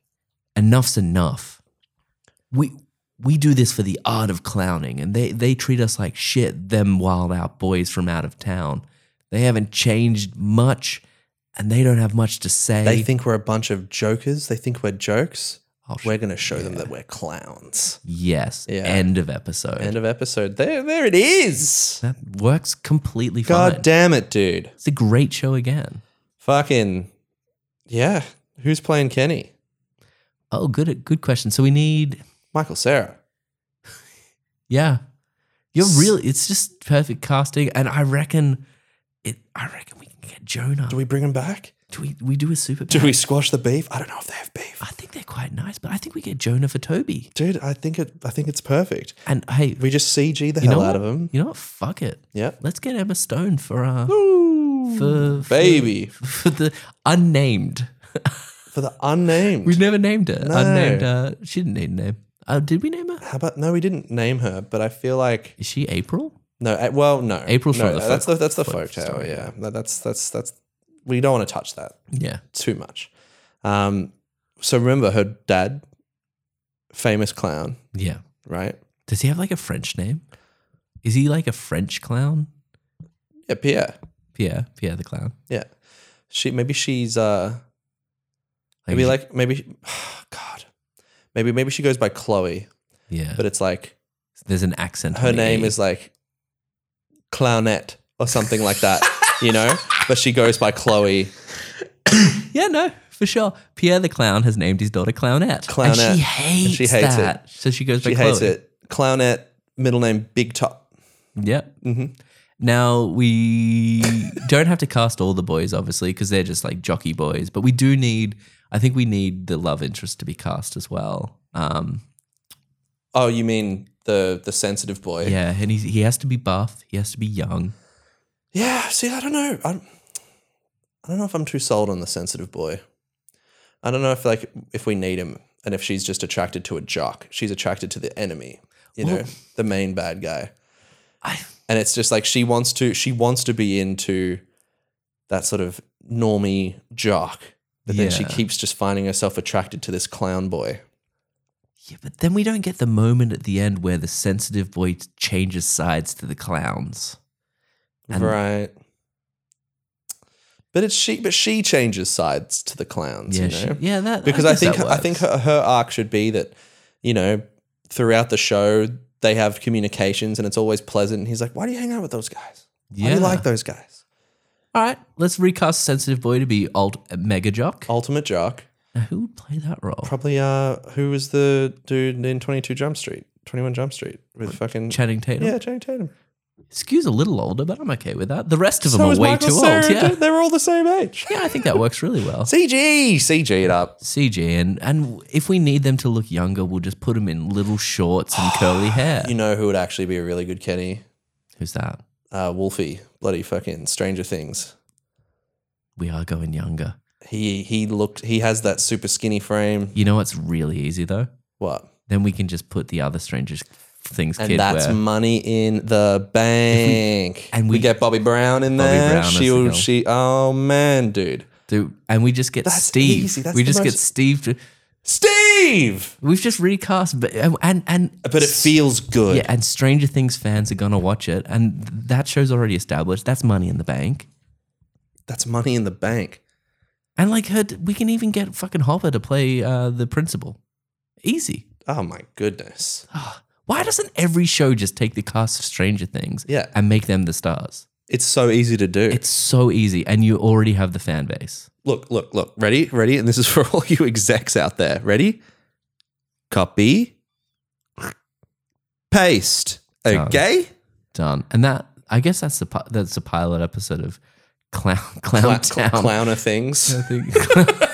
Speaker 3: enough's enough. We we do this for the art of clowning, and they they treat us like shit. Them wild out boys from out of town, they haven't changed much, and they don't have much to say.
Speaker 2: They think we're a bunch of jokers. They think we're jokes.
Speaker 3: I'll Oh, sh-
Speaker 2: We're going to show them that we're clowns.
Speaker 3: yes.
Speaker 2: Yeah.
Speaker 3: End of episode.
Speaker 2: End of episode. There, there it is.
Speaker 3: that works completely
Speaker 2: God
Speaker 3: fine.
Speaker 2: damn it, dude.
Speaker 3: it's a great show again.
Speaker 2: Fucking, yeah. Who's playing Kenny?
Speaker 3: Oh, good good question. So we need
Speaker 2: Michael Sarah.
Speaker 3: Yeah. You're
Speaker 2: S-
Speaker 3: really it's just perfect casting and I reckon it I reckon we can get Jonah.
Speaker 2: Do we bring him back?
Speaker 3: do we, we do a super
Speaker 2: Do we squash the beef? I don't know if they have beef.
Speaker 3: I think they're quite nice, but I think we get Jonah for Toby.
Speaker 2: Dude, I think it. I think it's perfect.
Speaker 3: And hey,
Speaker 2: We just CG the
Speaker 3: you know
Speaker 2: hell out
Speaker 3: what?
Speaker 2: of him.
Speaker 3: You know what? Fuck it.
Speaker 2: Yep.
Speaker 3: Let's get Emma Stone for uh for, for
Speaker 2: Baby.
Speaker 3: for the unnamed.
Speaker 2: For the unnamed.
Speaker 3: We've never named her.
Speaker 2: No.
Speaker 3: Unnamed uh she didn't need a name. Uh, did we name her?
Speaker 2: How about no? We didn't name her, but I feel like
Speaker 3: Is she April?
Speaker 2: no. eh, Well, no.
Speaker 3: April's
Speaker 2: no,
Speaker 3: from the
Speaker 2: that's
Speaker 3: folk-
Speaker 2: the that's the
Speaker 3: folk
Speaker 2: folk tale.
Speaker 3: story,
Speaker 2: Yeah, That- that's that's that's. We don't want to touch that
Speaker 3: Yeah.
Speaker 2: too much. Um. So remember her dad, famous clown,
Speaker 3: Yeah.
Speaker 2: right?
Speaker 3: Does he have like a French name? Is he like a French clown?
Speaker 2: Yeah, Pierre.
Speaker 3: Pierre, Pierre the clown.
Speaker 2: Yeah. She maybe she's uh maybe like maybe God. Maybe maybe she goes by Chloe,
Speaker 3: yeah.
Speaker 2: but it's like
Speaker 3: There's an accent.
Speaker 2: her
Speaker 3: on the
Speaker 2: name
Speaker 3: E.
Speaker 2: is like Clownette or something like that, you know? But she goes by Chloe.
Speaker 3: yeah, no, for sure. Pierre the clown has named his daughter Clownette.
Speaker 2: Clownette.
Speaker 3: and
Speaker 2: And
Speaker 3: she
Speaker 2: she
Speaker 3: hates,
Speaker 2: hates
Speaker 3: that. So she goes
Speaker 2: She
Speaker 3: by
Speaker 2: hates
Speaker 3: Chloe.
Speaker 2: it. Clownette, middle name Big Top.
Speaker 3: Yep.
Speaker 2: Mhm.
Speaker 3: Now we don't have to cast all the boys, obviously, because they're just like jockey boys. But we do need. I think we need the love interest to be cast as well. Um,
Speaker 2: Oh, you mean the the sensitive boy?
Speaker 3: yeah, and he's, he has to be buff. He has to be young.
Speaker 2: Yeah, see, I don't know. I'm, I don't know if I'm too sold on the sensitive boy. I don't know if like if we need him and if she's just attracted to a jock. She's attracted to the enemy, you know, the main bad guy.
Speaker 3: I-
Speaker 2: and it's just like she wants to she wants to be into that sort of normie jock. But then she
Speaker 3: Yeah.
Speaker 2: keeps just finding herself attracted to this clown boy.
Speaker 3: Yeah, but then we don't get the moment at the end where the sensitive boy t- changes sides to the clowns. And-
Speaker 2: right. But it's she but she changes sides to the clowns,
Speaker 3: Yeah,
Speaker 2: you know.
Speaker 3: she- yeah, that
Speaker 2: because I,
Speaker 3: guess
Speaker 2: think
Speaker 3: that
Speaker 2: I think
Speaker 3: works.
Speaker 2: her, her arc should be that you know throughout the show they have communications and it's always pleasant. And he's like, "Why do you hang out with those guys? Why do
Speaker 3: Yeah.
Speaker 2: you like those guys?"
Speaker 3: All right, let's recast sensitive boy to be alt mega jock.
Speaker 2: Ultimate jock,
Speaker 3: Now, who would play that role?
Speaker 2: probably. Uh, who was the dude in Twenty Two Jump Street, Twenty One Jump Street with fucking
Speaker 3: Channing Tatum.
Speaker 2: yeah, Channing Tatum.
Speaker 3: Skew's a little older, but I'm okay with that. The rest of them
Speaker 2: So
Speaker 3: are
Speaker 2: was
Speaker 3: way
Speaker 2: Michael
Speaker 3: too
Speaker 2: Cera,
Speaker 3: old. Yeah.
Speaker 2: They were all the same age.
Speaker 3: yeah, I think that works really well.
Speaker 2: CG, CG it up.
Speaker 3: CG and and if we need them to look younger, we'll just put them in little shorts and curly hair.
Speaker 2: You know who would actually be a really good Kenny?
Speaker 3: Who's that?
Speaker 2: Uh, Wolfie, bloody fucking Stranger Things.
Speaker 3: We are going younger.
Speaker 2: He he looked. He has that super skinny frame.
Speaker 3: You know what's really easy though?
Speaker 2: What?
Speaker 3: Then we can just put the other strangers things
Speaker 2: And
Speaker 3: kid
Speaker 2: that's
Speaker 3: where
Speaker 2: money in the bank.
Speaker 3: and
Speaker 2: and
Speaker 3: we-
Speaker 2: we, get Bobby Brown in
Speaker 3: Bobby
Speaker 2: there.
Speaker 3: Brown as the
Speaker 2: She'll
Speaker 3: girl.
Speaker 2: she oh man, dude.
Speaker 3: Dude, and we just get
Speaker 2: That's
Speaker 3: Steve.
Speaker 2: easy. That's
Speaker 3: we
Speaker 2: the
Speaker 3: just get
Speaker 2: most-
Speaker 3: Steve. To,
Speaker 2: Steve.
Speaker 3: we've just recast, but and and, and
Speaker 2: But it feels good.
Speaker 3: yeah, and Stranger Things fans are gonna watch it, and that show's already established. That's money in the bank,
Speaker 2: That's money in the bank.
Speaker 3: and like her, we can even get fucking Hopper to play uh, the principal. Easy.
Speaker 2: Oh my goodness.
Speaker 3: Why doesn't every show just take the cast of Stranger Things
Speaker 2: Yeah.
Speaker 3: and make them the stars?
Speaker 2: It's so easy to do.
Speaker 3: It's so easy, and you already have the fan base.
Speaker 2: look, look, look. Ready? Ready? And this is for all you execs out there. Ready? Copy. Paste.
Speaker 3: Done.
Speaker 2: Okay.
Speaker 3: Done. And that I guess that's the pi- that's the pilot episode of Clown Clown
Speaker 2: Cla- cl-
Speaker 3: Town.
Speaker 2: clowner things.
Speaker 3: I think.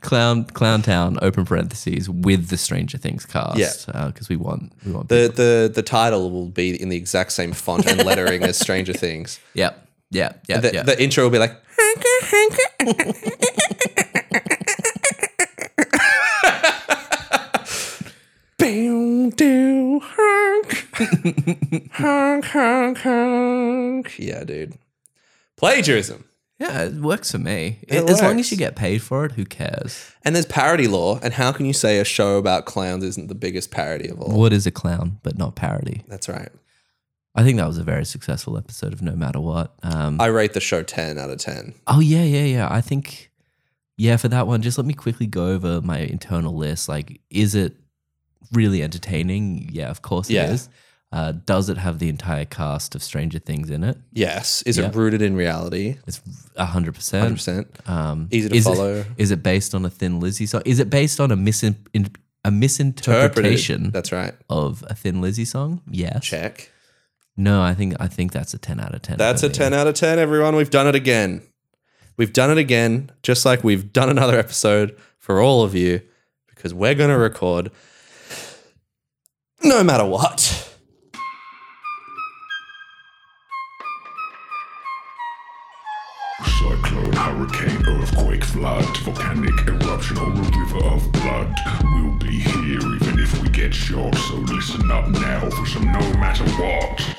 Speaker 3: Clown, Clown Town, open parentheses with the Stranger Things cast,
Speaker 2: Yeah.
Speaker 3: because we want, we want.
Speaker 2: The the the title will be in the exact same font and lettering as Stranger Things.
Speaker 3: yep, yep, yep,
Speaker 2: the,
Speaker 3: yep.
Speaker 2: the intro will be like Boom do honk honk honk honk. Yeah, dude. Plagiarism.
Speaker 3: Yeah, it works for me.
Speaker 2: It
Speaker 3: as long
Speaker 2: works.
Speaker 3: as you get paid for it, who cares?
Speaker 2: And there's parody law. And how can you say a show about clowns isn't the biggest parody of all?
Speaker 3: What is a clown but not parody?
Speaker 2: That's right.
Speaker 3: I think that was a very successful episode of No Matter What. Um,
Speaker 2: I rate the show 10 out of 10.
Speaker 3: oh yeah, yeah, yeah. I think yeah for that one. Just let me quickly go over my internal list. Like, is it really entertaining? Yeah, of course
Speaker 2: Yeah.
Speaker 3: it is. Uh, does it have the entire cast of Stranger Things in it?
Speaker 2: Yes. Is
Speaker 3: Yeah.
Speaker 2: it rooted in reality?
Speaker 3: It's hundred percent.
Speaker 2: 100%.
Speaker 3: Um,
Speaker 2: Easy to
Speaker 3: is
Speaker 2: follow.
Speaker 3: It, is it based on a Thin Lizzy song? Is it based on a misin in, a misinterpretation
Speaker 2: Interpreted. That's right.
Speaker 3: of a Thin Lizzy song? Yes.
Speaker 2: Check.
Speaker 3: No, I think I think that's a ten out of ten.
Speaker 2: That's
Speaker 3: for
Speaker 2: a
Speaker 3: me.
Speaker 2: 10 out of 10, everyone. We've done it again. We've done it again, just like we've done another episode for all of you, because we're going to record no matter what.
Speaker 1: Cyclone, hurricane, earthquake, flood, volcanic eruption, or a river of blood. We'll be here even if we get shot, so listen up now for some no matter what.